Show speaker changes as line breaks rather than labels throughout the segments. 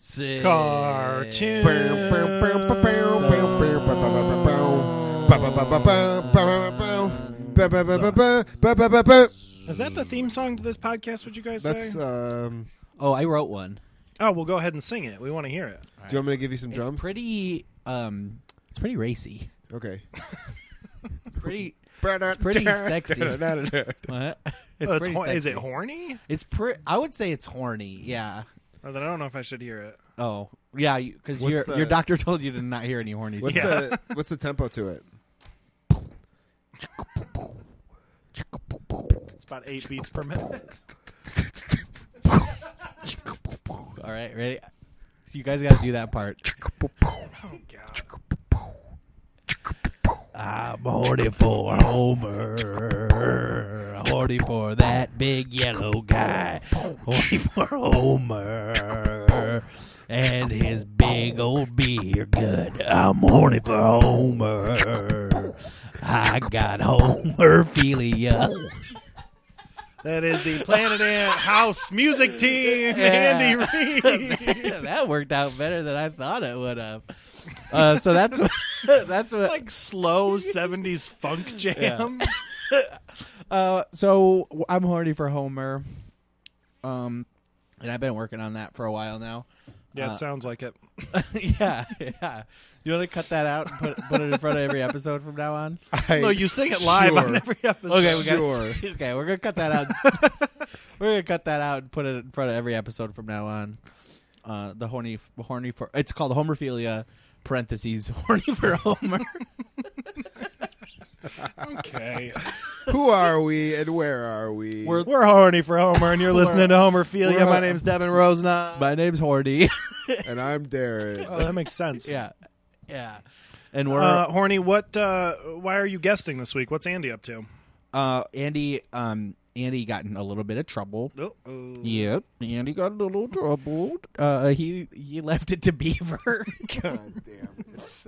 Sick.
Cartoon.
That's
Is that the theme song to this podcast? Would you guys say?
um.
Oh, I wrote one.
oh, we'll go ahead and sing it. We want to hear it.
Do you want me to give you some drums?
It's pretty. Um, it's pretty racy.
Okay.
Pretty. It's pretty sexy. What? It's
Oh,
pretty
hor-
sexy.
Is it horny?
It's pretty. I would say it's horny. Yeah.
Or then I don't know if I should hear it.
Oh, yeah. Because
What's
your
the-
your doctor told you to not hear any horny.
What's
stuff.
Yeah.
the What's the tempo to it?
It's about eight beats per minute.
All right, ready. So you guys got to do that part.
Oh god.
I'm horny for Homer. Horny for that big yellow guy. Horny for Homer. And his big old beer good. I'm horny for Homer. I got Homer philia.
That is the Planet Ant House Music Team, Andy Reid.
that worked out better than I thought it would have. Uh, so that's what, that's what
like slow '70s funk jam.
Uh, so w- I'm horny for Homer. Um, and I've been working on that for a while now.
Yeah,
Uh,
it sounds like it.
yeah, yeah. You want to cut that out and put put it in front of every episode from now on?
I,
No, you sing it live
sure.
on every episode.
Okay, we got
Sure.
Okay, we're gonna cut that out. we're gonna cut that out and put it in front of every episode from now on. Uh, the horny, f- horny for it's called homerphilia. Parentheses, horny for Homer.
Okay.
Who are we and where are we?
We're-
We're horny for Homer, and you're listening to Homerphilia.
we're-
My name's Devin Rosenau.
My name's Horny.
and I'm Darren.
oh, that makes sense.
yeah, yeah. And we're
Uh, horny, what? Uh, why are you guesting this week? What's Andy up to?
uh, Andy. Um, Andy got in a little bit of trouble
Oh,
Yep, and he got a little troubled. Uh, he he left it to Beaver.
God damn! It's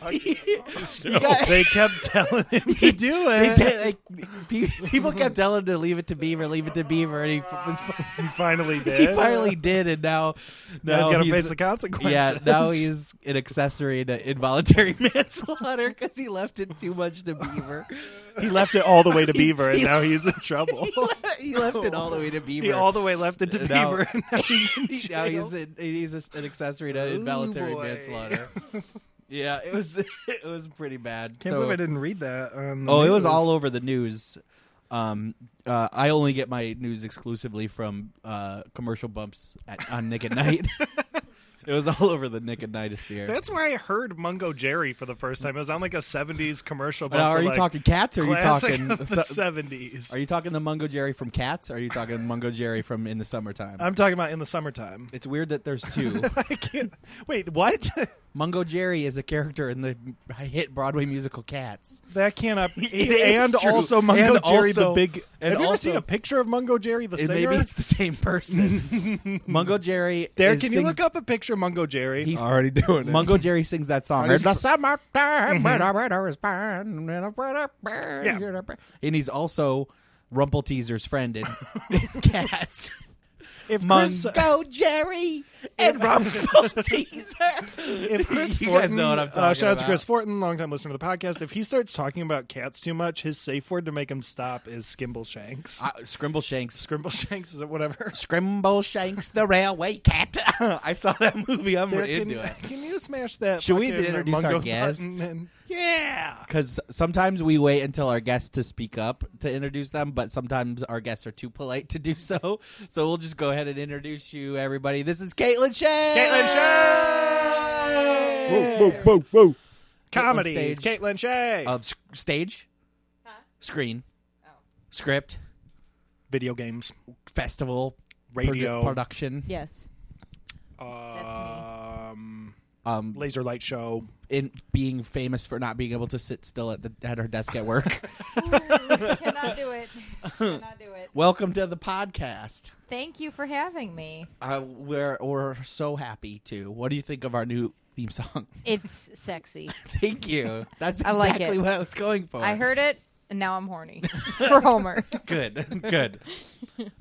I
He
fucking-
got-
they kept telling him to do
they
it.
did, like, pe- people kept telling him to leave it to Beaver, leave it to Beaver, and he f- was
He finally did.
he finally did, and now
Now he's got to
he's-
face the consequences.
yeah, now he's an accessory to involuntary manslaughter because he left it too much to Beaver.
he left it all the way to Beaver, and now he's in trouble.
he left it all the way to Beaver.
He all the way left it to
And now-
Beaver, and now he's in jail.
now
Oh,
he's an, he's a- an accessory to involuntary
boy.
manslaughter. Yeah, it was it was pretty bad.
Can't
So-
believe I didn't read that. On the
Oh, it was
news.
all over the news. Um, uh, I only get my news exclusively from uh, commercial bumps at, on Nick at Night. it was all over the Nick at Night sphere.
That's where I heard Mungo Jerry for the first time. It was on like a '70s commercial.
now,
bumper,
are you
like,
talking cats? Or are you
classic
talking?
of the
so-
'70s?
are you talking the Mungo Jerry from Cats? Or are you talking Mungo Jerry from In the Summertime?
I'm talking about in the summertime.
it's weird that there's two.
I can't. Wait, what?
Mungo Jerry is a character in the hit Broadway musical Cats.
that cannot. be.
It is
and
true.
also Mungo
And
Jerry,
also-
the big.
and
have you ever
also-
seen a picture of Mungo Jerry, the
It-
singer?
maybe it's the same person. Mungo Jerry.
there,
is-
can you
sings-
look up a picture of Mungo Jerry?
He's
already doing it.
Mungo Jerry sings that song.
I just-
"In the summertime when the weather is fine, and the weather- And he's also Rumple Teaser's friend in, in Cats.
if Chris,
Mungo Jerry and Rumple Teaser.
if Chris
you
Fortin,
guys know what I'm talking
uh, shout out to
about.
Chris Fortin, longtime listener to the podcast. If he starts talking about cats too much, his safe word to make him stop is Skimble Shanks.
Uh, Scrimble Shanks.
Scrimble Shanks is it whatever?
Scrimble Shanks, the railway cat. I saw that movie. I'm
Derek,
into
can,
it.
can you smash that?
Should we
fucking
introduce
Mungo
our guests?
button and- yeah.
Because sometimes we wait until our guests to speak up to introduce them, but sometimes our guests are too polite to do so. So we'll just go ahead and introduce you, everybody. This is Caitlin Shay.
Caitlin Shay!
Whoa, whoa, whoa, whoa!
Comedies.
stage.
Caitlin Shay.
Of s- stage, screen, script,
Video games.
festival, produ-
Radio. uh,
production,
Yes.
Um,
um,
laser light show.
in being famous for not being able to sit still at the at her desk at work.
Cannot do it. Cannot do it.
Welcome to the podcast.
Thank you for having me.
Uh, we're we're so happy to. What do you think of our new theme song?
It's sexy.
Thank you. That's
I like
exactly
it.
what I was going for.
I heard it.
and now I'm horny for Homer.
Good, good.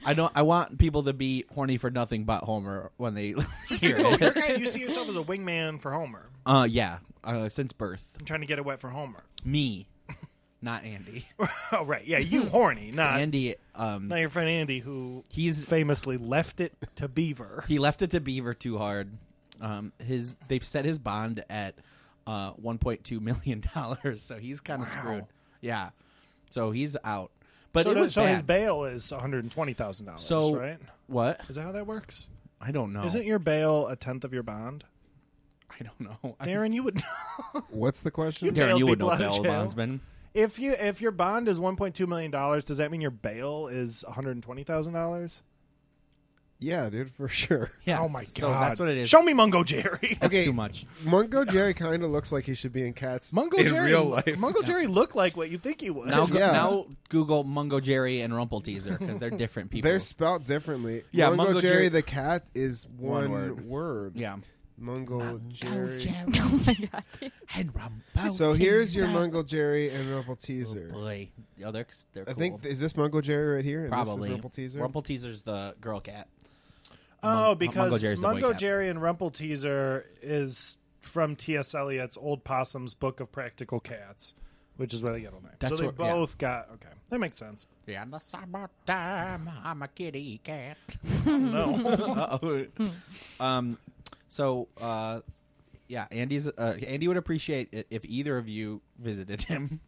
I don't. I want people to be horny for nothing but Homer when they hear
Oh, You're
it.
kind of, you see yourself as a wingman for Homer.
Uh, yeah. Uh, since birth,
I'm trying to get it wet for Homer.
me, not Andy.
Oh, right. Yeah, you horny, not,
Hmm. Andy. Um,
not your friend Andy, who
he's
famously left it to Beaver.
he left it to Beaver too hard. Um, his they set his bond at uh 1.2 million dollars, so he's kind of screwed. Yeah. So he's out. But
so
it
does-
was
so his
bad.
bail is one hundred and twenty thousand dollars.
So-
right?
what?
Is that how that works?
I don't know.
Isn't your bail a tenth of your bond?
I don't know. I-
Darren, you would know.
What's the question?
You-
Darren, you
bailed
would
people
know
out of
bail
jail.
bondsman.
if you if your bond is one point two million dollars, does that mean your bail is one hundred and twenty thousand dollars?
yeah, dude, for sure.
Yeah.
Oh my god!
So that's what it is.
Show me Mungo Jerry.
That's
Okay.
too much.
Mungo Jerry kind of looks like he should be in Cats
Mungo
in
Jerry.
real life.
Mungo Jerry looked like what you think he would.
Now, go,
Yeah.
now Google Mungo Jerry and Rumpel Teaser because they're different people.
They're spelled differently.
Yeah,
Mungo,
Mungo
Jerry
Jer-
the cat is
One
one, word.
word. yeah.
Mungo, Jerry. Oh,
oh my god.
and Rumpel.
So here's your Mungo Jerry and Rumple Teaser.
boy. Oh, they're they're
I
cool.
think is this Mungo Jerry right here? And
probably
This is Rumple Teaser.
Rumpel Teaser's the girl cat.
Oh,
Mungo
because
Jerry's the boy
Mungo
cat.
Jerry and Rumpel Teaser is from T.S. Eliot's Old Possum's Book of Practical Cats, which is where they get all night. So
That's
they
what- yeah.
both got okay. That makes sense.
Yeah, in the summertime, I'm a kitty cat.
No,
Uh-oh. um, so, uh, yeah, Andy's. Uh, Andy would appreciate it if either of you visited him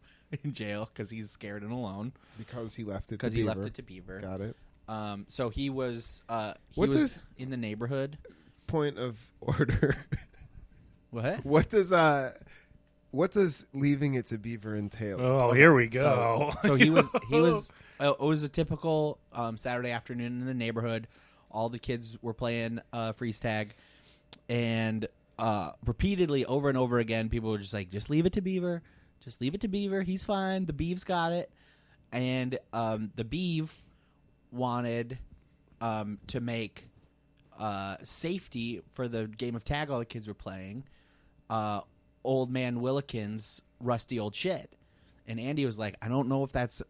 in jail because he's scared and alone
because he left it.
because
to
he
Beaver.
left it to Beaver.
Got it.
Um, so he was. Uh, he
What
was
does-
in the neighborhood.
Point of order.
What?
what does uh, what does leaving it to Beaver entail?
oh, here we
So,
go.
so he was he was uh, it was a typical um, Saturday afternoon in the neighborhood. All the kids were playing uh, freeze tag, and uh, repeatedly over and over again, people were just like, "Just leave it to Beaver, just leave it to Beaver. He's fine. The Beeve's got it." And um, the Beeve wanted um, to make uh, safety for the game of tag all the kids were playing, uh, old man Willikins' rusty old shit. And Andy was like, I don't know if that's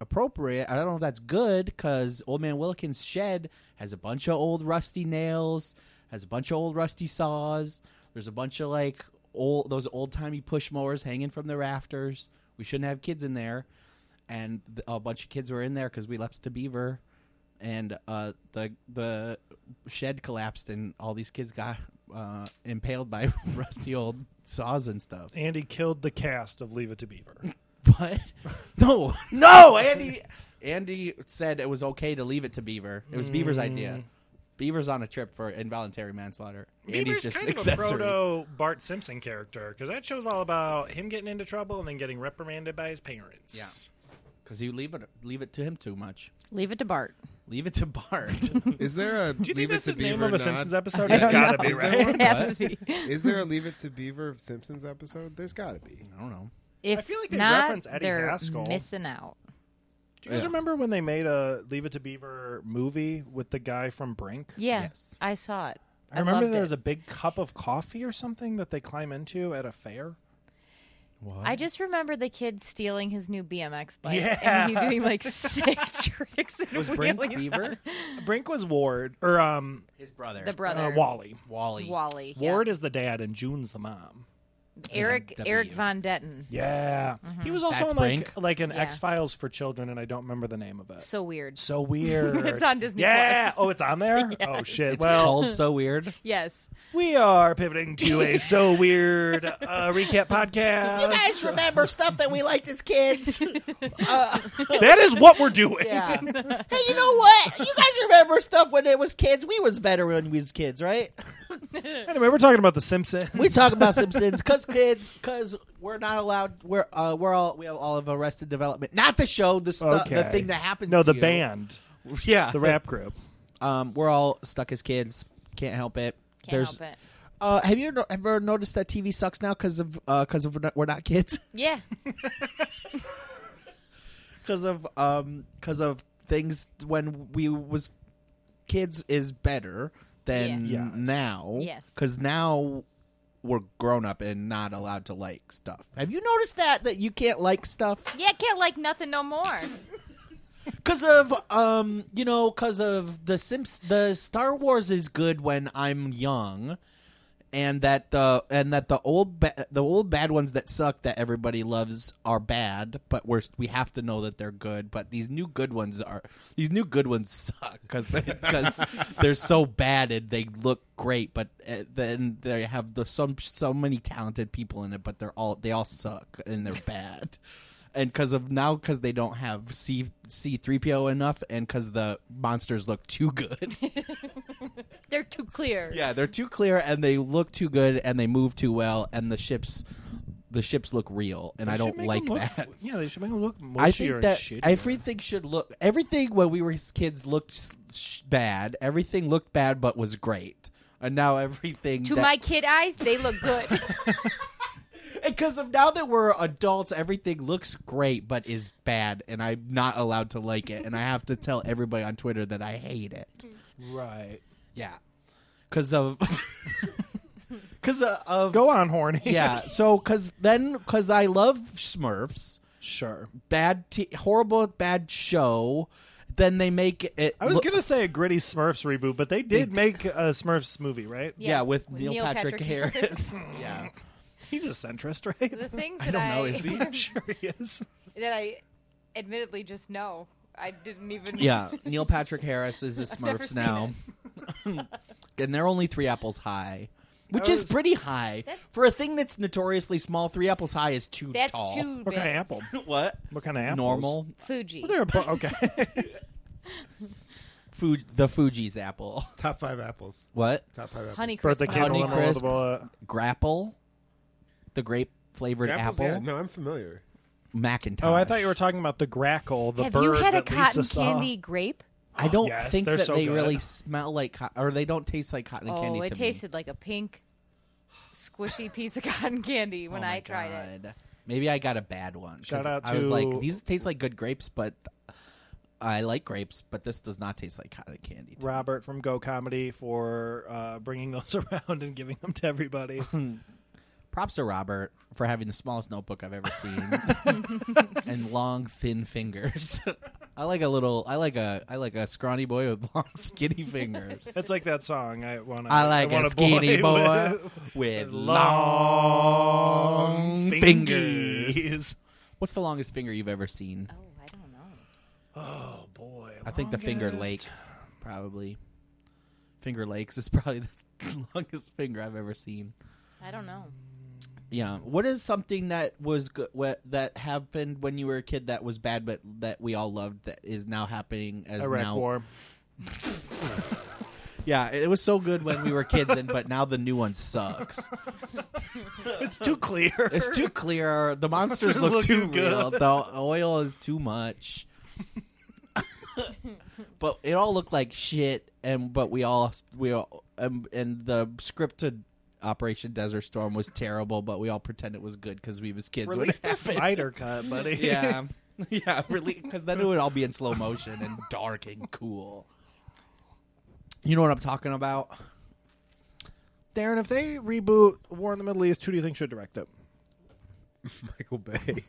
appropriate. I don't know if that's good because old man Willikins' shed has a bunch of old rusty nails, has a bunch of old rusty saws. There's a bunch of like old those old timey push mowers hanging from the rafters. We shouldn't have kids in there. And th- a bunch of kids were in there because we left it to Beaver and uh, the the shed collapsed, and all these kids got uh, impaled by rusty old saws and stuff.
Andy killed the cast of Leave It to Beaver.
But no, no, Andy, Andy said it was okay to leave it to Beaver. It was Beaver's
Mm.
idea. Beaver's on a trip for involuntary manslaughter. Andy's
Beaver's
just
kind
an accessory.
of a proto Bart Simpson character because that show's all about him getting into trouble and then getting reprimanded by his parents.
Yeah. Because you leave it leave it to him too much.
Leave it to Bart.
Leave it to Bart.
Is there a
Do you
leave
think that's
it
the
to Beaver
name of a
nod?
Simpsons episode?
I
It's
don't know.
gotta be
Is there
right.
one?
It has to be.
Is there a Leave It to Beaver Simpsons episode? There's got to be.
I don't know.
If
I feel like they
not,
reference Eddie
they're
Haskell.
missing out.
Do you guys
Yeah.
remember when they made a Leave It to Beaver movie with the guy from Brink?
Yeah,
Yes.
I saw it.
I remember
loved it.
there was a big cup of coffee or something that they climb into at a fair.
What?
I just remember the kid stealing his new BMX bike
Yeah.
and he doing like sick tricks and
was Brink
wheelies on
Beaver?
it.
Brink was Ward or um
His brother.
The
uh,
brother
Wally.
Wally.
Wally. yeah.
Ward is the dad and June's the mom.
Eric
W.
Eric Von Detten.
Yeah, Mm-hmm. he was also
That's
in like
Brink?
like an
Yeah.
X Files for children, and I don't remember the name of it.
So weird.
So weird.
It's on Disney
Yeah.
Plus.
Oh, it's on there. Oh shit.
It's
well,
called so weird.
Yes.
we are pivoting to a so weird uh, recap podcast.
remember stuff that we liked as kids.
that is what we're doing.
Yeah. hey, you know what? You guys remember stuff when it was kids. We was better when we was kids, right?
Anyway, we're talking about the Simpsons.
We talk about Simpsons because kids, because we're not allowed. We're uh, we're all we have all of Arrested Development, not the show, the stu- the
Okay.
thing that happens.
no,
to
the
you.
band,
yeah.
the rap group.
Um, we're all stuck as kids. Can't help it.
Can't
There's-
help it.
Uh, have you ever- ever noticed that TV sucks now because of because of we're not, we're not kids
Yeah.
because of um because of things when we was kids is better than
Yeah. Yes.
now
Yes.
because now we're grown up and not allowed to like stuff. Have you noticed that that you can't like stuff
Yeah, can't like nothing no more.
because of um you know because of the Simps the Star Wars is good when I'm young, and that the and that the old ba- the old bad ones that suck that everybody loves are bad, but we're we have to know that they're good. But these new good ones are these new good ones suck because they're so bad and they look great, but uh, then they have the so so many talented people in it, but they're all they all suck and they're bad. And because of now, because they don't have C C three PO enough, and because the monsters look too good,
They're too clear.
yeah, they're too clear and they look too good and they move too well and the ships the ships look real and I
They
don't
should make
like
them look-
that.
Yeah, they should make them look mushier
I think that
and shittier.
everything should look everything when we were kids looked s- sh- bad. Everything looked bad but was great. And now everything
To
that-
my kid eyes, they look good.
because of now that we're adults, everything looks great but is bad and I'm not allowed to like it and I have to tell everybody on Twitter that I hate it.
Mm.
right.
Yeah. Cuz of cuz
uh,
of, of
Go on, horny.
yeah. So because then because I love Smurfs,
sure.
bad, t- horrible, bad show. Then they make it.
I was
look-
gonna say a gritty Smurfs reboot, but they did
did.
make a Smurfs movie, right?
Yeah.
yeah
Yes,
with
with
Neil,
Neil
Patrick,
Patrick
Harris. yeah,
He's a centrist, right?
the things
I
that
don't
I,
know. Is he?
I'm sure he is.
that I admittedly just know. I didn't even
yeah. Neil Patrick Harris is the
never
Smurfs
seen
now, and they're only three apples high. Which
I
is
was-
pretty high
That's-
for a thing that's notoriously small. Three apples high is too
That's
tall.
too
What
big.
kind of apple?
what
What kind of apple?
normal
Fuji.
Well, they're a bu- okay.
food? The Fuji's apple.
Top five apples.
What
Top five apples.
Honey
Birthday
Crisp.
cake,
Honey
and roll
crisp.
the bullet.
grapple? The grape flavored
Apples,
apple.
yeah, no, I'm familiar.
Macintosh.
Oh, I thought you were talking about the grackle, the
Have
bird
you had a
that Lisa
cotton
saw.
candy grape?
I don't
Yes,
think
they're
that
so
they
good.
really smell like cotton, or they don't taste like cotton
oh,
candy.
it
to
tasted like a pink, squishy piece of cotton candy
me.
when
Oh my
I tried it.
God. Maybe I got a bad one. 'cause
Shout out
I was like,
to-
these taste like good grapes, but I like grapes, but this does not taste like cotton candy. to me."
Robert from Go Comedy for uh, bringing those around and giving them to everybody.
Props to Robert for having the smallest notebook I've ever seen, and long, thin fingers. I like a little. I like a. I like a scrawny boy with long, skinny fingers.
It's like that song. I want.
I like
want
a skinny boy
with-
with long
long
fingers.
fingers.
What's the longest finger you've ever seen?
Uh,
Oh, I don't know.
Oh boy!
I think the Finger
longest.
Lake, probably. Finger Lakes is probably the longest finger I've ever seen.
I don't know.
Yeah. What is something that was good what, that happened when you were a kid that was bad, but that we all loved that is now happening as
Iraq
now?
War.
Yeah, it was so good when we were kids, and but now the new one sucks.
It's too clear.
It's too clear. The monsters
Monsters
look,
look
too
too good.
real. The oil is too much. but it all looked like shit, and but we all we all um, and the scripted Operation Desert Storm was terrible, but we all pretend it was good because we was kids. when
Release
it
the
happened.
slider cut, buddy.
yeah, yeah, really, because then it would all be in slow motion and dark and cool. You know what I'm talking about?
Darren, if they reboot War in the Middle East, who do you think should direct it?
Michael Bay.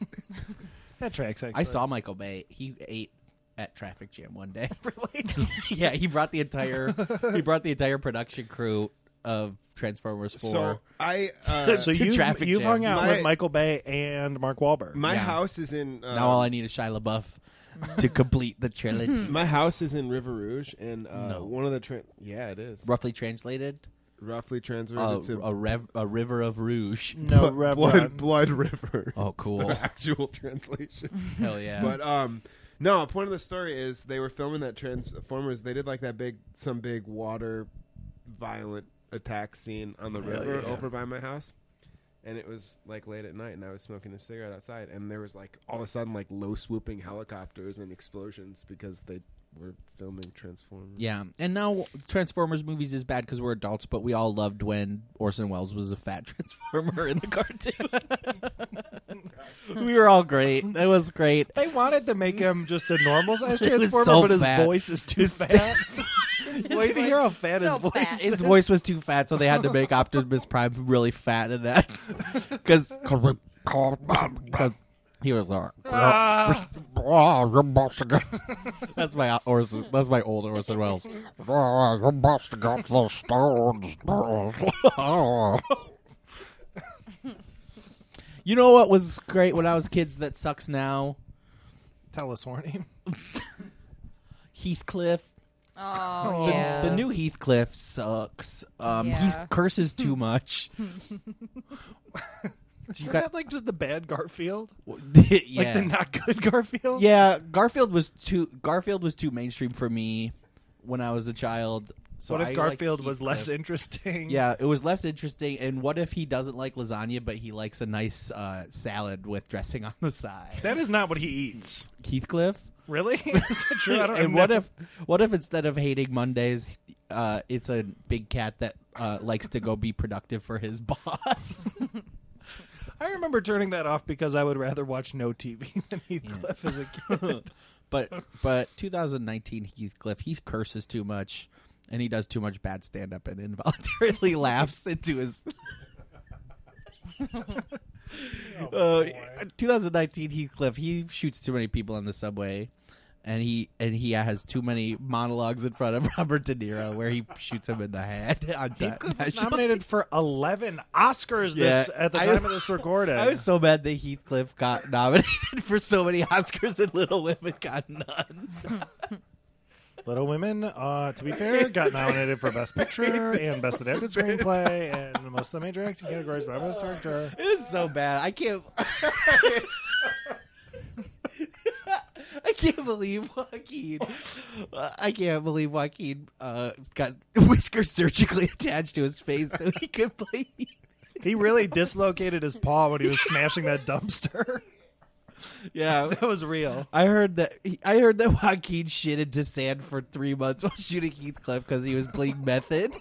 That tracks. Actually.
I saw Michael Bay. He ate at traffic jam one day. yeah, he brought the entire he brought the entire production crew of Transformers Four.
so I uh,
So
to
you've,
Traffic
you've
Jam.
hung out with
My-
Michael Bay and Mark Wahlberg.
my
Yeah.
house is in uh,
now all I need is Shia LaBeouf to complete the trilogy.
my house is in River Rouge, and uh,
No.
one of the tra- yeah, it is
Roughly translated,
roughly transferred
uh,
to
a, rev- a river of rouge.
no,
Blood-
Rev Run.
blood, blood River.
Oh, cool!
The actual translation.
Hell yeah!
But um, no. Point of the story is they were filming that Transformers. They did like that big, some big water, violent attack scene on the river over by my house, and it was like late at night, and I was smoking a cigarette outside, and there was like all of a sudden like low swooping helicopters and explosions because they were filming Transformers.
yeah, and now Transformers movies is bad because we're adults, but we all loved when Orson Welles was a fat Transformer in the cartoon. we were all great. It was great.
They wanted to make him just a normal size
It was
transformer,
so
but his
fat.
voice is too fat.
voice.
voice.
You're a fan.
So
his voice.
fat.
His voice was too fat, so they had to make Optimus Prime really fat in that. Because he was like,
Ah,
"Ah, you're busting it." that's my uh, Orson. That's my old Orson Welles. "Ah, you're busting up those stones. you know what was great when I was kids? That sucks now.
tell us, Warney.
Heathcliff.
Oh,
The,
yeah.
Uh-huh.
the new Heathcliff sucks. Um,
Yeah.
He curses too
Hmm.
much.
Isn't
got-
that like just the bad Garfield?
yeah.
Like the not good Garfield?
yeah, Garfield was too Garfield was too mainstream for me when I was a child. So
what
I
if
liked
Garfield was less
Heathcliff.
interesting?
Yeah, it was less interesting. And what if he doesn't like lasagna, but he likes a nice uh, salad with dressing on the side?
That is not what he eats.
Heathcliff.
Really? is that true? I don't
and what
know.
if what if instead of hating Mondays, uh, it's a big cat that uh, likes to go be productive for his boss?
I remember turning that off because I would rather watch no TV than Heathcliff as a kid.
but but 2019 Heathcliff he curses too much and he does too much bad stand up and involuntarily laughs into his Oh, uh, 2019 Heathcliff he shoots too many people on the subway and he and he has too many monologues in front of Robert De Niro where he shoots him in the head on
Heathcliff was
national-
nominated for 11 Oscars this
Yeah,
at the
I-
time of this recording.
I was so mad that Heathcliff got nominated for so many Oscars and Little Women got none.
Little Women, uh, to be fair, got nominated for Best Picture and Best Adapted Screenplay and most of the major acting categories by Best Director.
It was so bad. I can't. I can't believe Joaquin. I can't believe Joaquin uh, got whiskers surgically attached to his face so he could play.
He really dislocated his paw when he was smashing that dumpster.
Yeah,
That was real.
I heard that. I heard that Joaquin shit into sand for three months while shooting Heathcliff because he was playing method.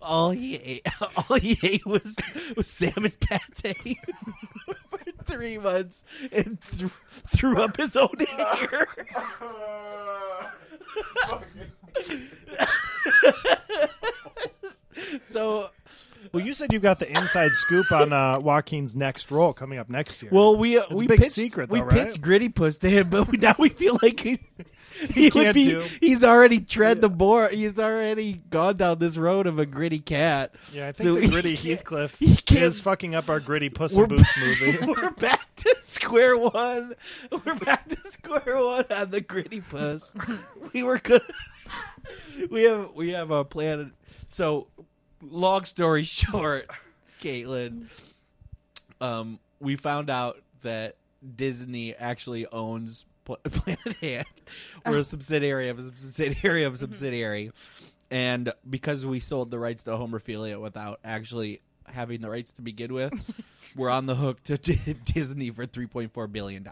all he ate, all he ate was was salmon pate for three months and th- threw up his own hair. so
Well, you said you've got the inside scoop on uh, Joaquin's next role coming up next year.
Well, we uh, we
a big
pitched,
secret,
we
though, right?
pitched Gritty Puss to him, but we, now we feel like he, he, would
can't
be.
do.
He's already tread the board. He's already gone down this road of a gritty cat.
yeah, I think
so
the
he
gritty
can't-
Heathcliff
he can't-
is fucking up our gritty Puss
We're
in Boots
back,
movie.
we're back to square one. We're back to square one on the gritty puss. We were good. We have we have a plan. So, long story short, Caitlin, um, we found out that Disney actually owns Pla- Planet Hand. We're a subsidiary of a subsidiary of a subsidiary. And because we sold the rights to Homerphilia without actually having the rights to begin with, we're on the hook to D- Disney for $3.4 billion.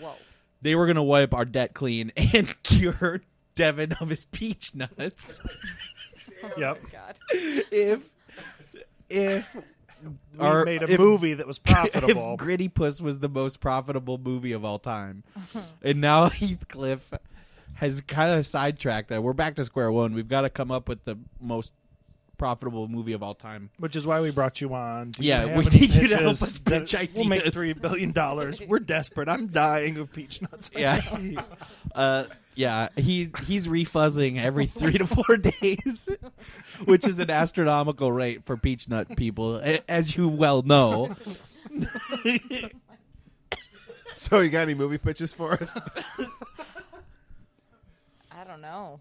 Whoa.
They were going to wipe our debt clean and cure Devin of his peach nuts
yep.
God.
if if
We
our-
made a
if-
movie that was profitable.
if Gritty Puss was the most profitable movie of all time. and now Heathcliff has kind of sidetracked that. We're back to square one. We've got to come up with the most profitable movie of all time.
which is why we brought you on. Do
Yeah,
have
we
any
need you to help
pitches
us pitch
that- We'll make
ideas.
three billion dollars. We're desperate. I'm dying of peach nuts. right now.
Yeah. uh, yeah, he's he's refuzzing every 3 to 4 days, which is an astronomical rate for peach nut people a- as you well know.
So you got any movie pitches for us?
I don't know.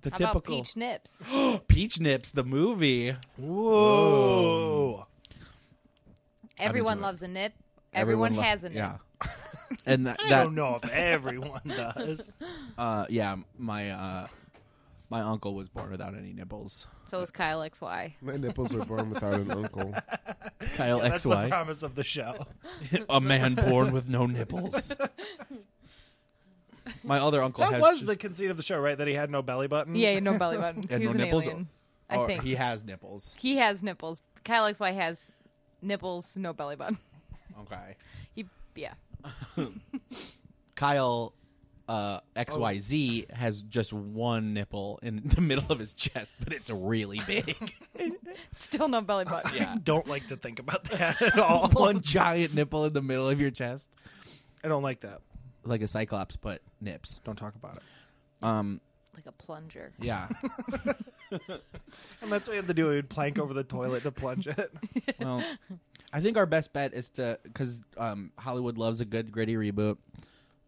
The
How about
typical
peach nips?
Peach Nips the movie.
Whoa.
Everyone
it.
loves a nip. Everyone,
lo-
has a nip.
Yeah. and that,
I don't know if everyone does.
uh yeah, my uh my uncle was born without any nipples.
So is Kyle XY.
My nipples were born without an uncle.
Kyle
That's the
XY,
promise of the show.
a man born with no nipples. my other uncle
That
has
was
just-
the conceit of the show, right? That he had no belly button.
Mm.
Yeah, no belly button. He's
And no
an
nipples?
alien.
or
I think
he
he,
has nipples.
has nipples. Kyle XY has nipples, no belly button.
Okay.
He yeah.
Kyle uh, XYZ has just one nipple in the middle of his chest, but it's really big.
Still no belly button.
yeah.
Don't like to think about that at all.
one giant nipple in the middle of your chest.
I don't like that.
Like a cyclops, but nips.
Don't talk about it.
Um,
Like a plunger.
yeah.
And that's what you have to do. We'd plank over the toilet to plunge it.
Well, I think our best bet is to because um, Hollywood loves a good gritty reboot.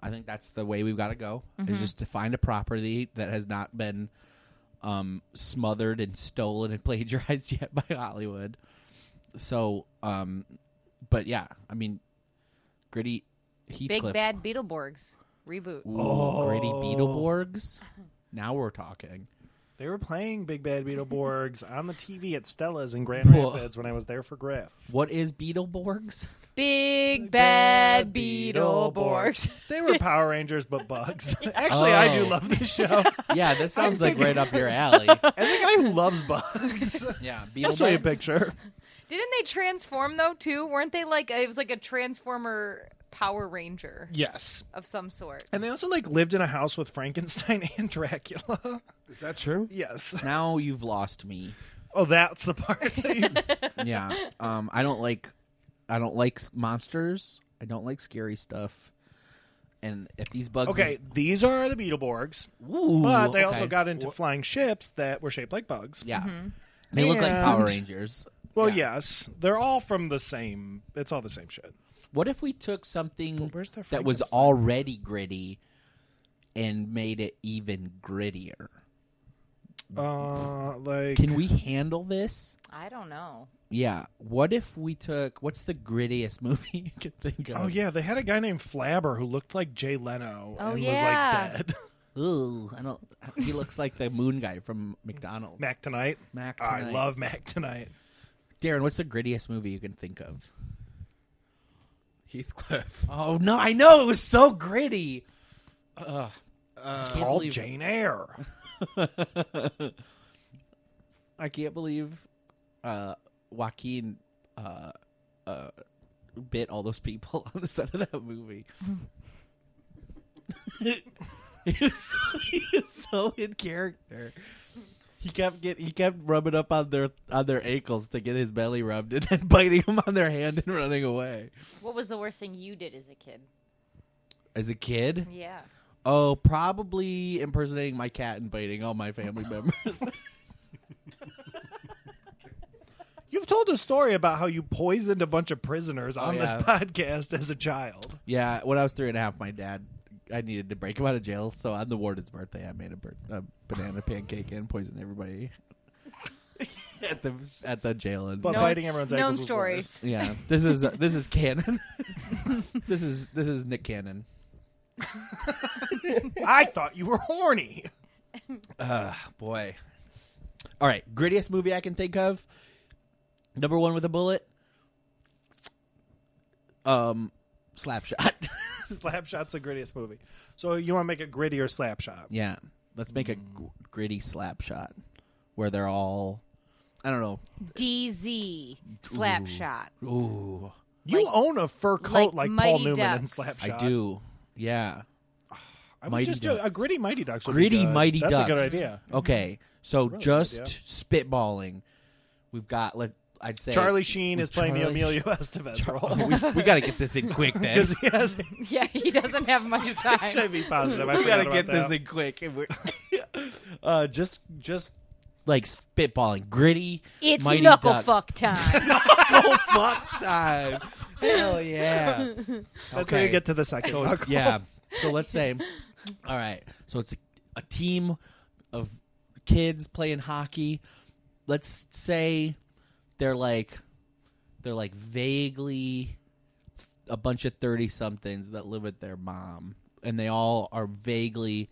I think that's the way we've got to go
Mm-hmm.
is just to find a property that has not been um, smothered and stolen and plagiarized yet by Hollywood. So, um, but yeah, I mean, gritty
Big
Heathcliff,
bad Beetleborgs reboot.
Ooh, gritty Beetleborgs. Now we're talking.
They were playing Big Bad Beetleborgs on the TV at Stella's in Grand
Whoa.
Rapids when I was there for Griff.
What is Beetleborgs?
Big bad Beetleborgs.
They were Power Rangers but bugs. Actually, I do
Oh.
love this show.
yeah, that sounds like right up your alley.
I think I loves bugs.
Yeah,
I'll show you a
Beetleborgs.
picture.
Didn't they transform though too? Weren't they like it was like a transformer Power Ranger
Yes.
of some sort?
And they also like lived in a house with Frankenstein and Dracula.
Is that true?
Yes.
Now you've lost me.
Oh, that's the part. That you-
yeah. Um, I don't like, I don't like s- monsters. I don't like scary stuff. And if these bugs,
okay, these are the Beetleborgs,
is- Ooh,
but they
okay.
also got into flying ships that were shaped like bugs.
yeah. They look like Power
And-
Rangers.
Well,
Yeah.
yes, they're all from the same. It's all the same shit.
What if we took something
where's their
that was
Frankenstein?
already gritty and made it even grittier?
Uh, like
Can we handle this?
I don't know.
Yeah. What if we took what's the grittiest movie you could think of?
Oh yeah, they had a guy named Flabber who looked like Jay Leno
Oh,
and
yeah.
was like dead.
Ooh, I don't. He looks like the moon guy from McDonald's.
Mac tonight.
Mac
I
Tonight.
love Mac tonight.
Darren, what's the grittiest movie you can think of?
Heathcliff.
Oh no, I know it was so gritty.
Uh,
Can't
Called
believe-
Jane Eyre.
I can't believe uh, Joaquin uh, uh, bit all those people on the set of that movie. he, was, he was so in character. He kept get he kept rubbing up on their on their ankles to get his belly rubbed, and then biting him on their hand and running away.
What was the worst thing you did as a kid?
As a kid,
Yeah.
Oh, probably impersonating my cat and biting all my family members.
You've told a story about how you poisoned a bunch of prisoners on this
Oh, yeah.
podcast as a child.
yeah, when I was three and a half, my dad, I needed to break him out of jail. So on the warden's birthday, I made a, bir- a banana pancake and poisoned everybody at the at the jail. And
But
Known-
Oh, biting everyone's
known
ankles was
story.
worse.
yeah, this is this is canon. this is this is Nick Cannon.
I thought you were horny.
Boy. All right, grittiest movie I can think of. Number one with a bullet. Um, Slapshot.
Slapshot's the grittiest movie. So you want to make a grittier slapshot?
Yeah, let's make a gr- gritty slap shot where they're all, I don't know.
DZ Slapshot.
Ooh,
You
Like-
own a fur coat like,
like
Paul
Mighty
Newman in
Ducks.
Slapshot.
I do. Yeah,
I would
Mighty
just do a
Ducks.
gritty Mighty Ducks. would be
gritty
good.
mighty
That's
ducks.
a good idea.
Mm-hmm. Okay, so
really good
just
idea.
spitballing. We've got let. I'd say
Charlie Sheen is playing the
Charlie
Emilio Estevez role.
we, we got to get this in quick then.
because he has
Yeah, he doesn't have much time.
HIV positive. I
we gotta
forgot
get
about
this
that.
in quick. And we're uh, just just like spitballing, gritty.
It's
mighty
knuckle
ducks.
fuck time.
Knuckle Oh, fuck time. Hell yeah.
That's how you get to the second.
So it's, yeah. So let's say, all right. So it's a, a team of kids playing hockey. Let's say they're like they're like vaguely a bunch of thirty somethings that live with their mom, and they all are vaguely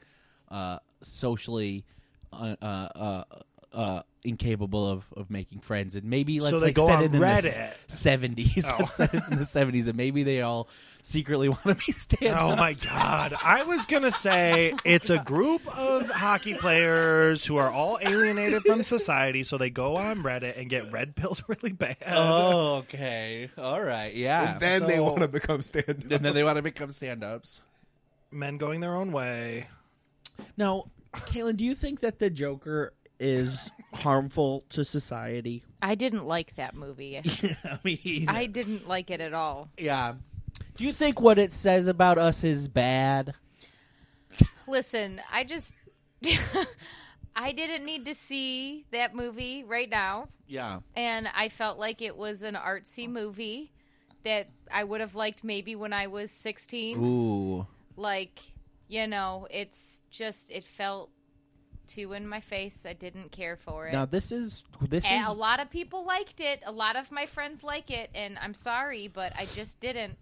uh, socially uh, uh, uh, uh, incapable of, of making friends, and maybe let's
they
like
go
set
on
it in
Reddit.
the seventies. Let's set it in the seventies, and maybe they all secretly want to be stand
Oh my god! I was gonna say it's a group of hockey players who are all alienated from society, so they go on Reddit and get red pilled really bad.
Oh, okay. All right. Yeah.
and then they
So-
want to become stand
And then they want to become stand ups.
men going their own way.
Now, Caitlin, do you think that the Joker is harmful to society?
I didn't like that movie.
I mean,
I didn't like it at all.
Yeah. Do you think what it says about us is bad?
Listen, I just I didn't need to see that movie right now.
Yeah.
and I felt like it was an artsy movie that I would have liked maybe when I was 16.
Ooh.
Like, you know, it's just it felt too in my face. I didn't care for it.
Now this is this
And
is
a lot of people liked it. A lot of my friends like it, and I'm sorry, but I just didn't.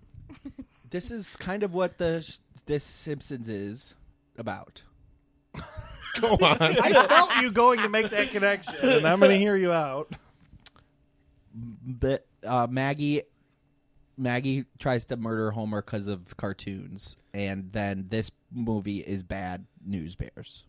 this is kind of what the sh- this Simpsons is about.
Go on.
I felt you going to make that connection, and I'm going to hear you out.
But uh, Maggie Maggie tries to murder Homer because of cartoons, and then this movie is bad news bears.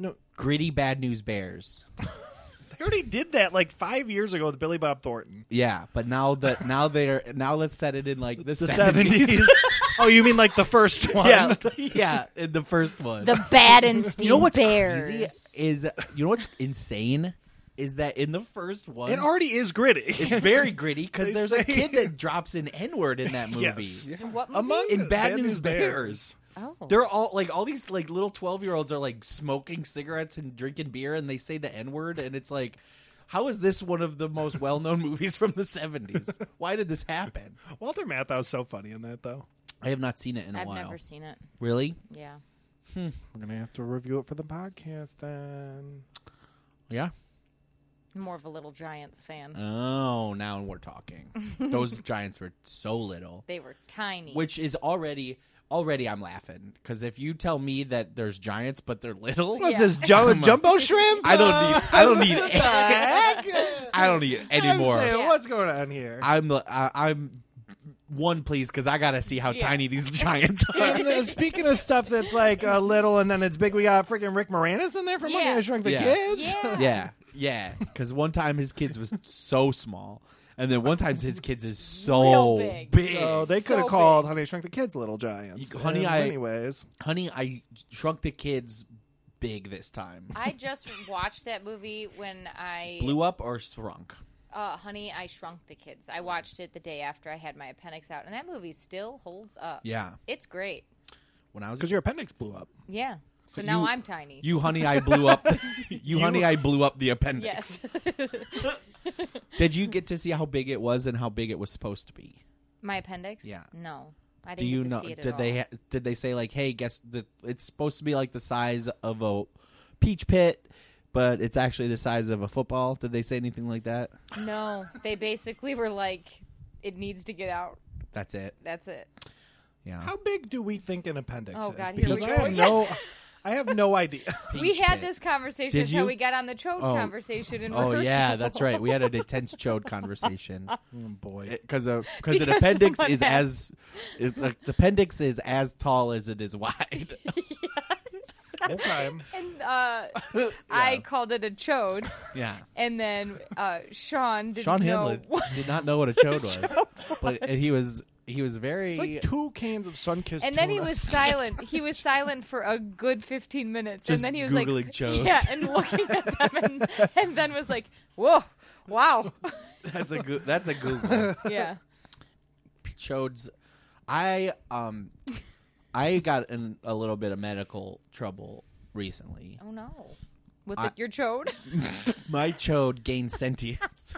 No.
gritty bad news bears.
They already did that like five years ago with Billy Bob Thornton.
Yeah, but now that now they're now let's set it in like the
The
seventies.
seventies. oh, you mean like the first one?
yeah, yeah, in the first one.
The Badenstein
you know what's
Bears.
crazy is you know what's insane is that in the first one
It already is gritty.
it's very gritty because
They
there's
say-
a kid that drops an n word in that movie.
Yes.
And What movie?
Among
In Bad
Bad
News Bears.
oh.
They're all like all these like little twelve year olds are like smoking cigarettes and drinking beer and they say the N word and it's like how is this one of the most well known movies from the seventies? Why did this happen?
Walter Matthau's so funny in that though.
I have not seen it in a
I've
while.
never seen it.
really?
Yeah.
We're gonna have to review it for the podcast then.
Yeah.
I'm More of a Little Giants fan.
Oh, now we're talking. Those giants were so little.
they were tiny.
which is already already I'm laughing because if you tell me that there's giants but they're little,
What's Yeah.
this
Jum- jumbo shrimp?
I don't need I don't need
heck?
I don't need any
I'm saying,
more.
Yeah.
what's going on here?
I'm I, I'm one please because I gotta see how
Yeah.
tiny these giants are.
And, uh, speaking of stuff that's like uh, little and then it's big, we got freaking Rick Moranis in there from
Yeah.
Honey I Shrunk the
Yeah.
Kids.
yeah.
yeah, yeah. Because one time his kids was so small, and then one time his kids is so
Real big.
So Oh, they
So
could have
big.
called Honey I Shrunk the Kids Little Giants.
You- Honey,
And
I-
Anyways,
Honey, I shrunk the kids big this time.
I just watched that movie when I
Blew up or shrunk.
uh, honey, I shrunk the kids. I watched it the day after I had my appendix out, and that movie still holds up.
Yeah,
It's great.
when I was
because your appendix blew up.
Yeah. So
But
now
you-
I'm tiny.
You honey, I blew up. you, honey, I blew up the appendix.
yes.
Did you get to see how big it was and how big it was supposed to be?
my appendix?
Yeah.
No. I didn't
Do you
get to
know?
see it at
Did they
all.
ha- did they say like, hey, guess the it's supposed to be like the size of a peach pit, but it's actually the size of a football? Did they say anything like that?
No. They basically were like, it needs to get out.
That's it.
That's it.
Yeah.
How big do we think an appendix
Oh,
is?
God, here
because
we
I
go
have
again.
no, I have no idea.
we
Peach
had
pit.
this conversation.
Did
That's how
you?
we got on the Trode
Oh.
conversation in
Oh
rehearsal.
yeah, that's right. We had an intense chode conversation
Oh, boy,
because of because an
Because
appendix
someone
is
asked.
as it, like, the appendix is as tall as it is wide.
yes.
whole time.
And uh, I called it a chode.
yeah.
And then uh, Sean didn't
Sean
know
Hamlin
what-
did not know what a chode was, but and he was he was very
It's like two cans of Sunkissed.
And then he
tuna.
was silent. He was silent for a good 15 minutes.
Just
and then he was like,
Googling Joes.
Yeah, and looking at them. And, and then was like, whoa, wow.
that's a goo that's a Google
Yeah.
chodes. I um I got in a little bit of medical trouble recently.
Oh, no. With
I-
the, your chode?
My chode gained sentience.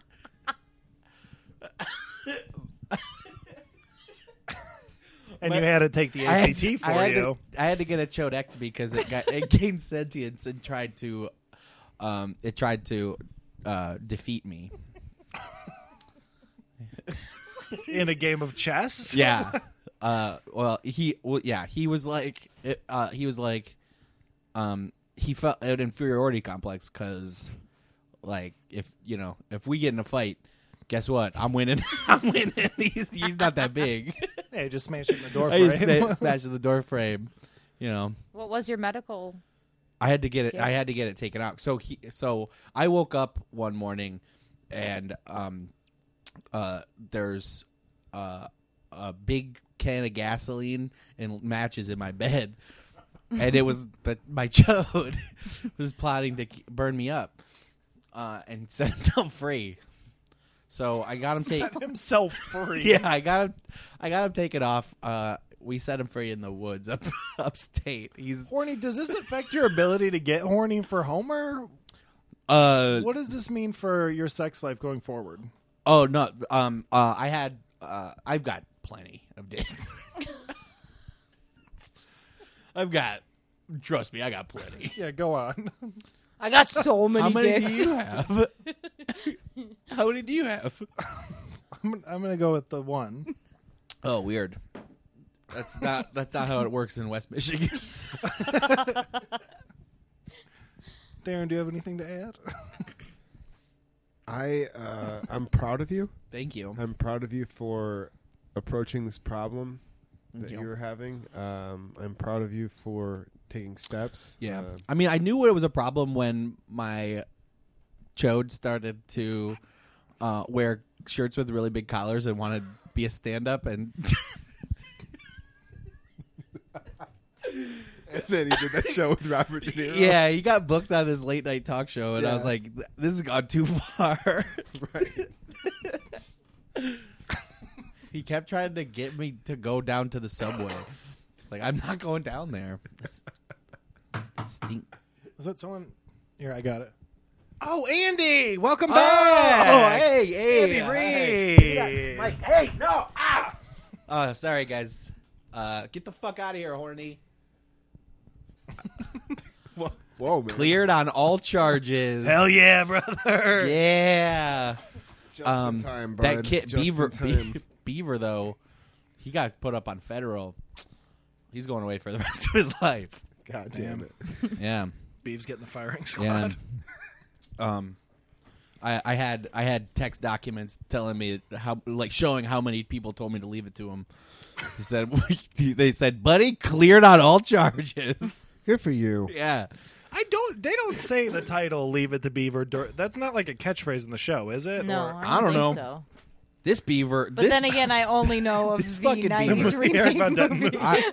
and you had to take the
I had
ACT
to-
for
I had
you.
To, I had to get a chodectomy because it got it gained sentience and tried to um it tried to uh defeat me.
in a game of chess.
Yeah. Uh, well, he, well, yeah, he was like, it, uh, he was like, um, he felt an inferiority complex because, like, if you know, if we get in a fight, guess what? I'm winning. I'm winning. He's, he's not that big.
Hey, just smash it in the door
I
frame.
just sma- smashed the door frame. You know,
What was your medical?
I had to get it.
Skip.
I had to get it taken out. So he. So I woke up one morning, and um, uh, there's uh, a big can of gasoline and matches in my bed, and it was that my chode was plotting to k- burn me up uh, and set himself free. So I got him taken.
Set himself free.
Yeah, I got him. I got him taken off. Uh, we set him free in the woods up upstate. He's
Horny, does this affect your ability to get horny for Homer?
uh
What does this mean for your sex life going forward?
oh no um uh I had uh I've got plenty of dicks. I've got trust me, I got plenty.
Yeah, go on.
I got so many,
How many
dicks.
do you have? How many do you have?
I'm, gonna- I'm going to go with the one.
Oh, weird. That's not that's not how it works in West Michigan.
Darren, do you have anything to add?
I uh, I'm proud of you.
Thank you.
I'm proud of you for approaching this problem that
you.
you. were having. Um, I'm proud of you for taking steps.
Yeah.
Uh,
I mean, I knew it was a problem when my chode started to uh, wear shirts with really big collars and want to be a stand up. And
and then he did that show with Robert De Niro.
yeah, he got booked on his late night talk show. And I was
Yeah.
like, this has gone too far.
Right.
he kept trying to get me to go down to the subway. Like, I'm not going down there. It's- it stink.
Is that someone? Here, I got it. Oh, Andy! Welcome
Oh,
back!
hey, hey.
Andy
hey.
Reid.
Oh, sorry, guys. Uh, get the fuck out of here, horny.
Whoa, man.
Cleared on all charges.
Hell yeah, brother!
Yeah.
Just
Um,
in time, bud.
that kid
Just in
Beaver
time.
Be- Beaver though, he got put up on federal. He's going away for the rest of his life.
God damn it.
Yeah.
Beeves getting the firing
Yeah.
squad.
and, um I, I had I had text documents telling me how like showing how many people told me to leave it to him. He said they said, "Buddy, cleared on all charges."
Good for you.
Yeah.
I don't. They don't say the title "Leave It to Beaver." Dur- that's not like a catchphrase in the show, is it?
No,
Or-
I
I
don't
don't,
know.
think so.
This beaver
But
this
then again, I only know of
This
the
fucking
'90s
beaver. Yeah,
remake
about that
movie.
movie.
I,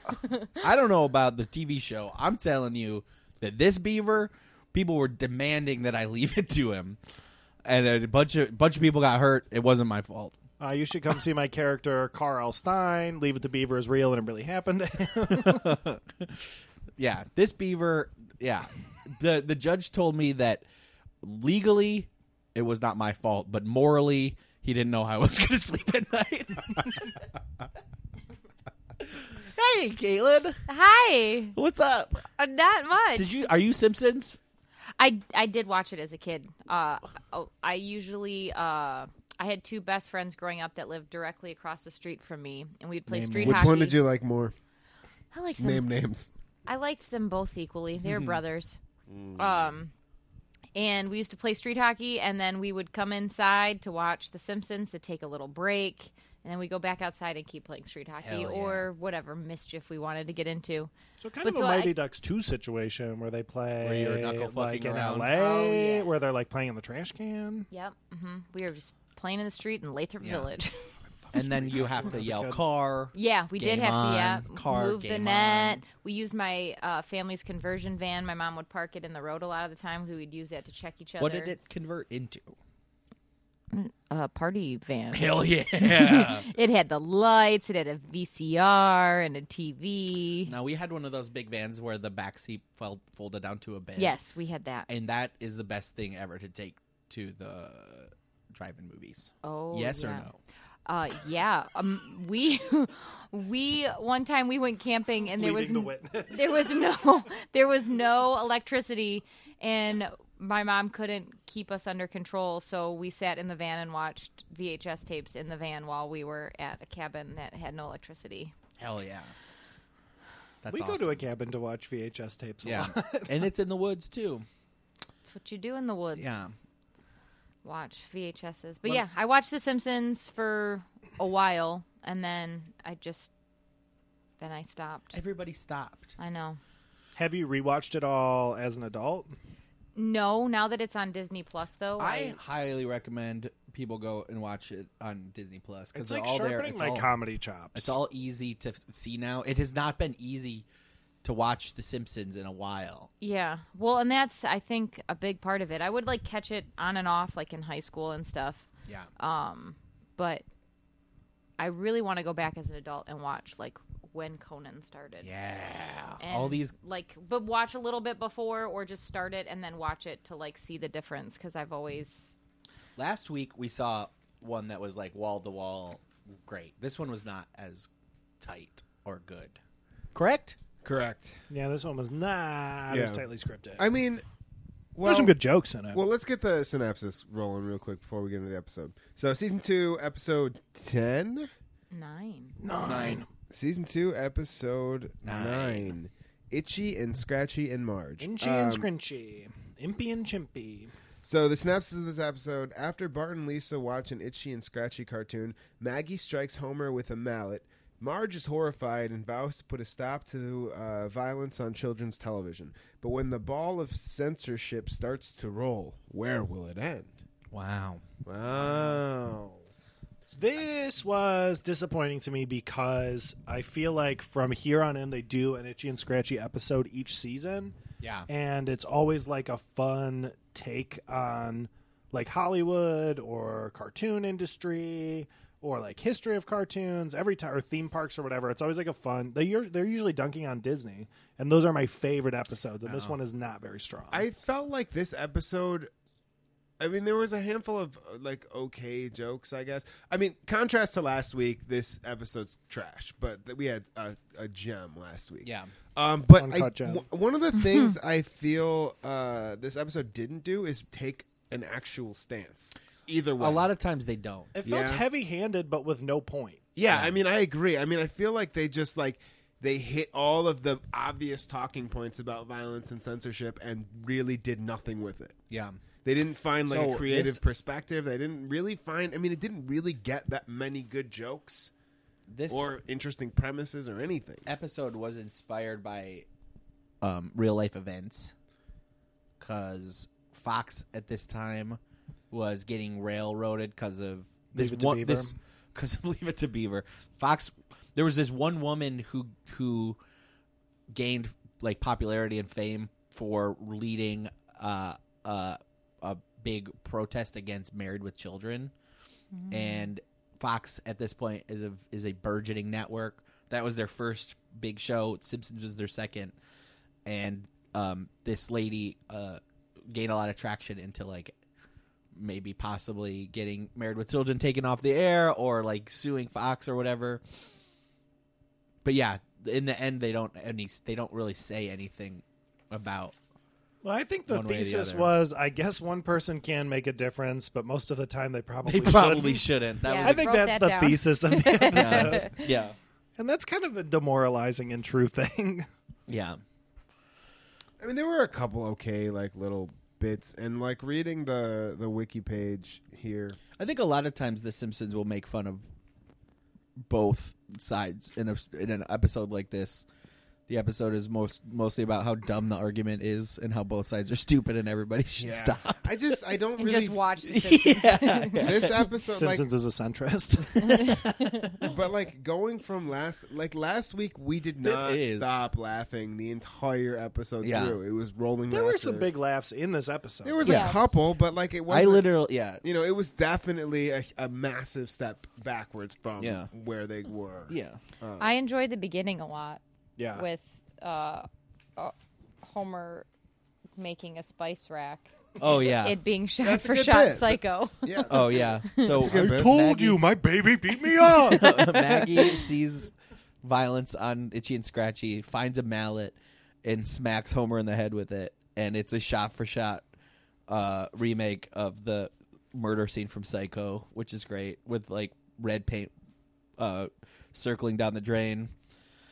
I don't know about the TV show. I'm telling you that this beaver, people were demanding that I leave it to him, and a bunch of bunch of people got hurt. It wasn't my fault.
Uh, you should come see my character Carl Stein. Leave It to Beaver is real, and it really happened.
Yeah, this beaver. Yeah, the the judge told me that legally it was not my fault, but morally he didn't know how I was going to sleep at night. hey, Caitlin,
Hi.
what's up?
Uh, not much.
Did you are you Simpsons?
I I did watch it as a kid. Uh, oh, I usually uh, I had two best friends growing up that lived directly across the street from me, and we'd play street
Which
hockey.
one did you like more?
I liked them.
Name Mm-hmm. names.
I liked them both equally. They were brothers.
Mm.
Um, and we used to play street hockey, and then we would come inside to watch The Simpsons to take a little break, and then we go back outside and keep playing street hockey
Hell yeah.
or whatever mischief we wanted to get into.
so kind
But
of a
so
Mighty
I-
Ducks two situation where they play
Where you're knuckle
like
fucking
in
around.
L.A.
Oh, yeah.
where they're like playing in the trash can.
Yep, hmm we were just playing in the street in Lathrop
Yeah.
Village.
And then you have to
As a
yell
kid.
car.
Yeah, we
Game
did have to yeah,
on, car,
move the
game
net.
on.
We used my uh, family's conversion van. My mom would park it in the road a lot of the time. We would use that to check each other.
What did it convert into?
Uh, party van.
Hell yeah!
it had the lights. It had a VCR and a TV.
now we had one of those big vans where the back seat felt folded down to a bed.
Yes, we had that.
and that is the best thing ever to take to the drive-in movies.
Oh,
yes or
yeah.
no?
Uh, yeah. Um, we we one time we went camping and there was n- there was no there was no electricity and my mom couldn't keep us under control so we sat in the van and watched vhs tapes in the van while we were at a cabin that had no electricity
Hell yeah! That's
we
awesome.
go to a cabin to watch VHS tapes. A
yeah,
lot.
and it's in the woods too.
that's what you do in the woods
Yeah,
watch vhs's but yeah i watched the simpsons for a while and then i just then i stopped
everybody stopped.
i know
Have you rewatched it all as an adult?
No, now that it's on Disney Plus, though,
I highly recommend people go and watch it on Disney Plus because
It's
they're
like
all there.
sharpening
It's
my
all,
comedy chops.
it's all easy to f- see now. It has not been easy to watch The Simpsons in a while.
Yeah. Well, and that's I think a big part of it. I would like catch it on and off like in high school and stuff,
Yeah.
but I really want to go back as an adult and watch like when Conan started.
yeah.
And,
all these
like but watch a little bit before or just start it and then watch it to like see the difference cuz I've always
Last week we saw one that was like wall to wall great. This one was not as tight or good. Correct?
Correct.
yeah, this one was not
Yeah.
as tightly scripted.
I mean, well,
There's some good jokes in it.
Well, let's get the synopsis rolling real quick before we get into the episode. So, season two, episode ten.
9.
Nine.
Season two, episode
Nine.
nine. Itchy and Scratchy and Marge.
Inchy
Um,
and Scrinchy. Impy and Chimpy.
So the synopsis of this episode: After Bart and Lisa watch an itchy and scratchy cartoon, Maggie strikes Homer with a mallet. Marge is horrified and vows to put a stop to uh, violence on children's television. But when the ball of censorship starts to roll, where will it end?
Wow.
Wow.
This was disappointing to me because I feel like from here on in they do an itchy and scratchy episode each season,
Yeah.
and it's always like a fun take on like Hollywood or cartoon industry or like history of cartoons every time or theme parks or whatever. It's always like a fun. They are they're usually dunking on Disney, and those are my favorite episodes. And this one is not very strong.
I felt like this episode. I mean, there was a handful of uh, like okay jokes, I guess. I mean, contrast to last week, this episode's trash, but th- we had a, a gem last week.
Yeah.
Um, but I,
Uncut gem.
w- one of the things I feel uh, this episode didn't do is take an actual stance. Either way,
A lot of times they don't.
it felt
yeah.
heavy-handed but with no point.
Yeah, I mean, I agree. I mean, I feel like they just like they hit all of the obvious talking points about violence and censorship and really did nothing with it.
Yeah.
They didn't find like
So
a creative
this-
perspective. They didn't really find. I mean, it didn't really get that many good jokes
This
or interesting premises or anything.
episode was inspired by um, real life events because Fox at this time was getting railroaded because of this
Leave It to
one
Beaver.
this because of Leave It to Beaver. Fox, there was this one woman who who gained like popularity and fame for leading uh, uh, a big protest against Married with Children, and Fox at this point is a is a burgeoning network. That was their first big show. Simpsons was their second, and um, this lady uh, gained a lot of traction into like maybe possibly getting Married with Children taken off the air or like suing Fox or whatever. But yeah, in the end, they don't any they don't really say anything about
Well, I think the
one way or the
thesis
other.
was I guess one person can make a difference, but most of the time they probably
they probably
shouldn't.
shouldn't. That
Yeah.
was
I think
Wrote
that's
that
the
down.
thesis of the episode.
yeah
and that's kind of a demoralizing and true thing.
yeah.
I mean, there were a couple okay like little bits and like reading the the wiki page here.
I think a lot of times The Simpsons will make fun of both sides in a, in an episode like this. The episode is most mostly about how dumb the argument is and how both sides are stupid and everybody should stop.
I just I don't
And
really
just watch the Simpsons.
this episode like
Simpsons is a centrist.
but like going from last like last week we did not
is.
stop laughing the entire episode
Yeah.
through. It was rolling.
there were
laughter.
some big laughs in this episode.
There was
Yes.
a couple, but like it
I
wasn't.
literally yeah
you know, it was definitely a, a massive step backwards from
Yeah.
where they were.
yeah
I enjoyed the beginning a lot
yeah.
with uh, uh Homer making a spice rack.
oh yeah
It being shot
That's a
for
good
shot
bit.
psycho.
Yeah.
oh yeah. So
good bit.
Told
Maggie-
you my baby beat me up.
Maggie sees violence on Itchy and Scratchy, finds a mallet, and smacks Homer in the head with it. And it's a shot for shot uh, remake of the murder scene from Psycho, which is great with like red paint uh, circling down the drain.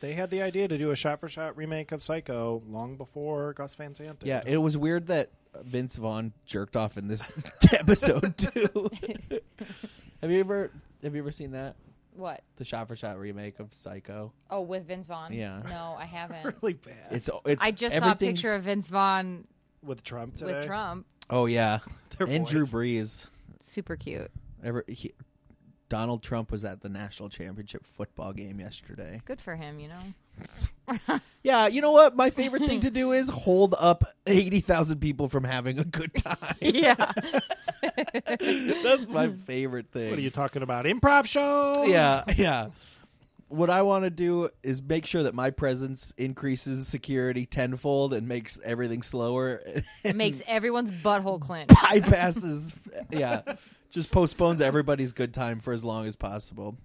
they had the idea to do a shot for shot remake of Psycho long before Gus Van Sant did.
Yeah, it was weird that Vince Vaughn jerked off in this episode too. have you ever have you ever seen that?
What?
The shot for shot remake of Psycho.
Oh, with Vince Vaughn?
Yeah.
No, I haven't.
really bad.
It's it's
I just saw a
everything's-
picture of Vince Vaughn
with Trump today.
with Trump.
Oh yeah,
They're
and Drew
boys.
Brees.
Super cute.
Ever he, Donald Trump was at the national championship football game yesterday.
Good for him, you know.
Yeah, you know what? My favorite thing to do is hold up eighty thousand people from having a good time.
Yeah.
That's my favorite thing.
What are you talking about? Improv show?
yeah, yeah. What I want to do is make sure that my presence increases security tenfold and makes everything slower.
It makes everyone's butthole clench.
bypasses. yeah, just postpones everybody's good time for as long as possible.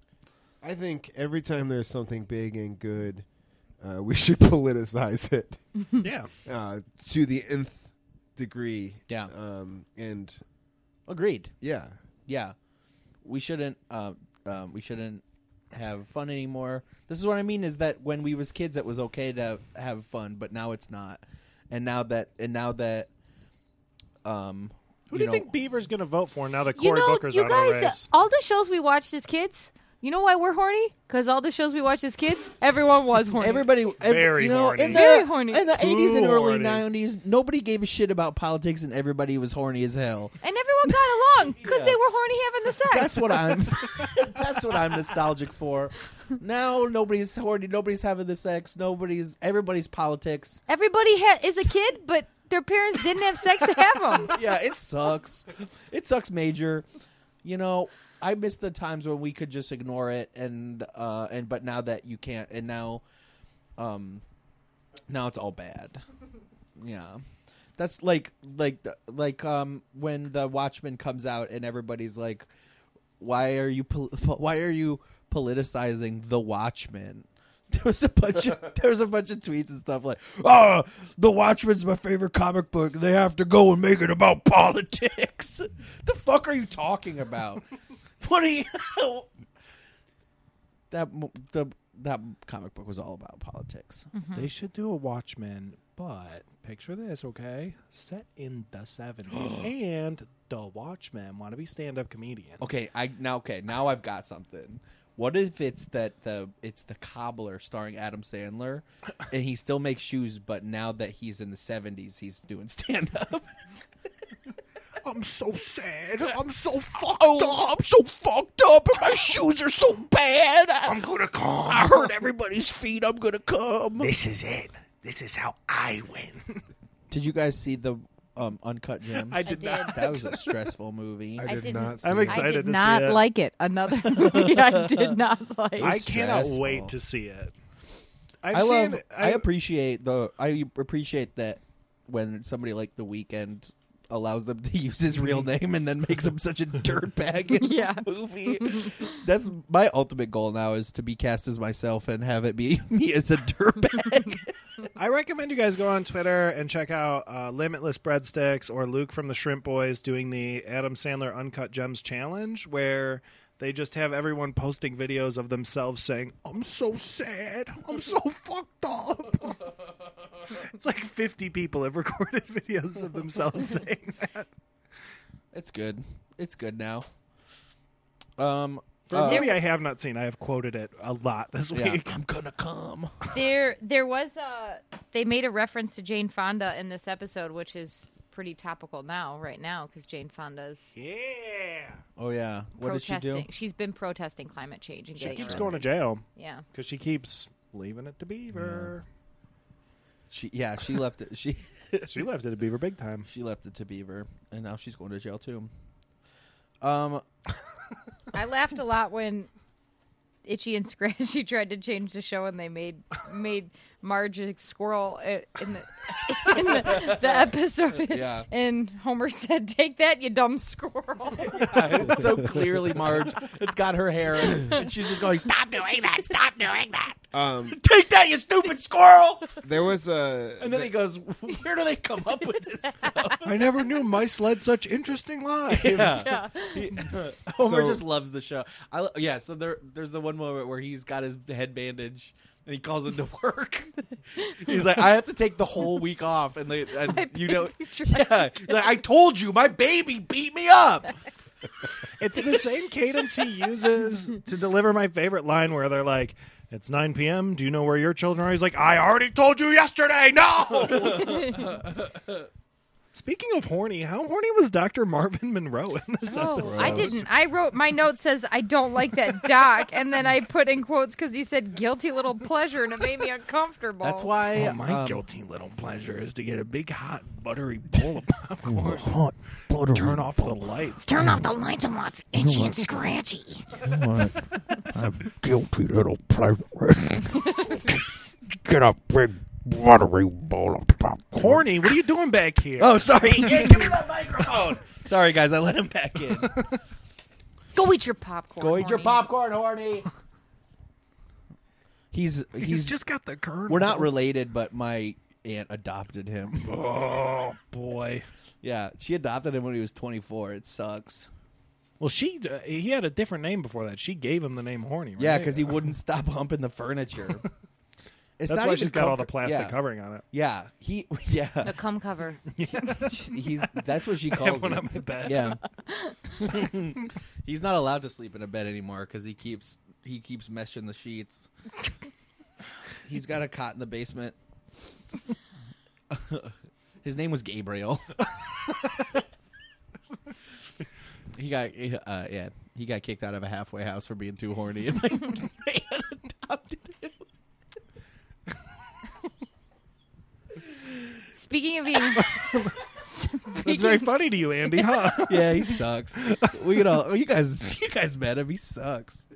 I think every time there's something big and good, uh, we should politicize it
Yeah.
uh, to the nth degree.
Yeah.
Um, and
Agreed.
yeah,
Yeah, we shouldn't. Uh, um, we shouldn't have fun anymore. This is what I mean: is that when we was kids, it was okay to have fun, but now it's not. And now that, and now that, um,
Who
you
do you
know,
think Beaver's going to vote for now that
you
Cory
know,
Booker's
you
out of the
guys, uh,
race?
all the shows we watched as kids. You know why we're horny? Because all the shows we watched as kids, everyone was horny.
Everybody, ev-
Very
you know,
horny.
in the
Very horny.
in the eighties and
Too
early
horny.
nineties, nobody gave a shit about politics, and everybody was horny as hell.
and everyone got along because
Yeah.
they were horny having the sex.
That's what I'm. that's what I'm nostalgic for. Now nobody's horny, nobody's having the sex, nobody's everybody's politics.
Everybody ha- is a kid, but their parents didn't have sex to have them.
yeah, it sucks. It sucks major. You know, I miss the times when we could just ignore it and uh and but now that you can't and now um now it's all bad. Yeah. That's like like the- like um when the Watchmen comes out and everybody's like why are you pol- why are you politicizing the Watchmen? There was a bunch of there was a bunch of tweets and stuff like, "Oh, the Watchmen's my favorite comic book. They have to go and make it about politics." the fuck are you talking about? what are you? that mo- the that comic book was all about politics.
uh-huh.
They should do a Watchmen, but picture this, okay? Set in the 70s. and the Watchmen want to be stand up comedians.
Okay, I now okay now I've got something. What if it's that the it's the cobbler starring Adam Sandler, and he still makes shoes, but now that he's in the seventies, he's doing stand up.
I'm so sad. I'm so fucked
Oh, I'm so fucked up. and My shoes are so bad. I,
I'm going to call.
I hurt everybody's feet. I'm gonna come.
This is it. This is how I win.
Did you guys see the um, uncut gems?
I did,
did.
not.
That was a stressful movie.
I, did
didn't-
not. See
I'm
it.
excited
I did
to see
not
it.
like it. Another movie I did not like.
I
It's
cannot
stressful.
wait to see it. I've
I love.
seen-
I
I've-
appreciate the. I appreciate that when somebody like The Weekend allows them to use his real name and then makes him such a dirtbag in
Yeah.
the movie. That's my ultimate goal now is to be cast as myself and have it be me as a dirtbag.
I recommend you guys go on Twitter and check out uh, Limitless Breadsticks or Luke from the Shrimp Boys doing the Adam Sandler Uncut Gems Challenge, where they just have everyone posting videos of themselves saying, I'm so sad. I'm so fucked up. it's like 50 people have recorded videos of themselves saying that.
it's good. It's good now. Um.
For
uh,
a movie I have not seen, I have quoted it a lot this
yeah.
week.
I'm gonna come.
There, there was a. They made a reference to Jane Fonda in this episode, which is pretty topical now, right now, because Jane Fonda's
Yeah.
Oh yeah. What
protesting.
did she do?
She's been protesting climate change and
She
getting
keeps
arrested.
going to jail
Yeah,
because she keeps leaving it to Beaver.
She yeah. She left it. She
She left it to Beaver big time.
she left it to Beaver, and now she's going to jail too. Um.
I laughed a lot when Itchy and Scratchy tried to change the show, and they made made Marge a squirrel i- in the in the, the episode.
Yeah.
and Homer said, "Take that, you dumb squirrel."
it's so clearly Marge. It's got her hair, and she's just going, "Stop doing that! Stop doing that!
Um,
Take that, you stupid squirrel!"
there was a.
And then he goes, "Where do they come up with this stuff?"
I never knew mice led such interesting lives.
Yeah. Homer
So-
just loves the show. I, lo- yeah, so there, there's the one moment where he's got his head bandage and he calls into work. he's like, "I have to take the whole week off," and they, and you know, yeah, He's like, I told you, my baby beat me up.
It's the same cadence he uses to deliver my favorite line where they're like, It's 9 p.m. Do you know where your children are? He's like, I already told you yesterday. No. Speaking of horny, how horny was Dr. Marvin Monroe in this
Oh,
episode?
I didn't. I wrote my note says I don't like that doc, and then I put in quotes because he said guilty little pleasure, and it made me uncomfortable.
That's why
Oh, my
um,
guilty little pleasure is to get a big hot buttery bowl of popcorn.
Hot butter.
Turn off the lights.
Turn off the lights and watch Itchy and Scratchy.
I'm guilty little pleasure. Get a big watery bowl of popcorn.
Horny, what are you doing back here?
Oh, sorry. Yeah, give me that microphone. Sorry, guys. I let him back in.
Go eat your popcorn.
Go eat your
horny.
popcorn, horny. He's he's,
he's, just got the curve.
We're not related, but my aunt adopted him.
Oh boy.
yeah, she adopted him when he was 24. It sucks.
Well, she uh, he had a different name before that. She gave him the name Horny. Right?
Yeah, because he wouldn't stop humping the furniture. It's
That's
not
why
even
she's got all the
comfort-
plastic
yeah,
covering on it.
Yeah, he. Yeah,
The cum cover.
he's. That's what she
I have
calls
one
him.
on my bed.
Yeah. He's not allowed to sleep in a bed anymore because he keeps he keeps meshing the sheets. He's got a cot in the basement. His name was Gabriel. he got uh, yeah he got kicked out of a halfway house for being too horny and like adopted him.
Speaking of being,
That's very funny to you, Andy, huh?
Yeah, he sucks. We could all you guys you guys met him. He sucks.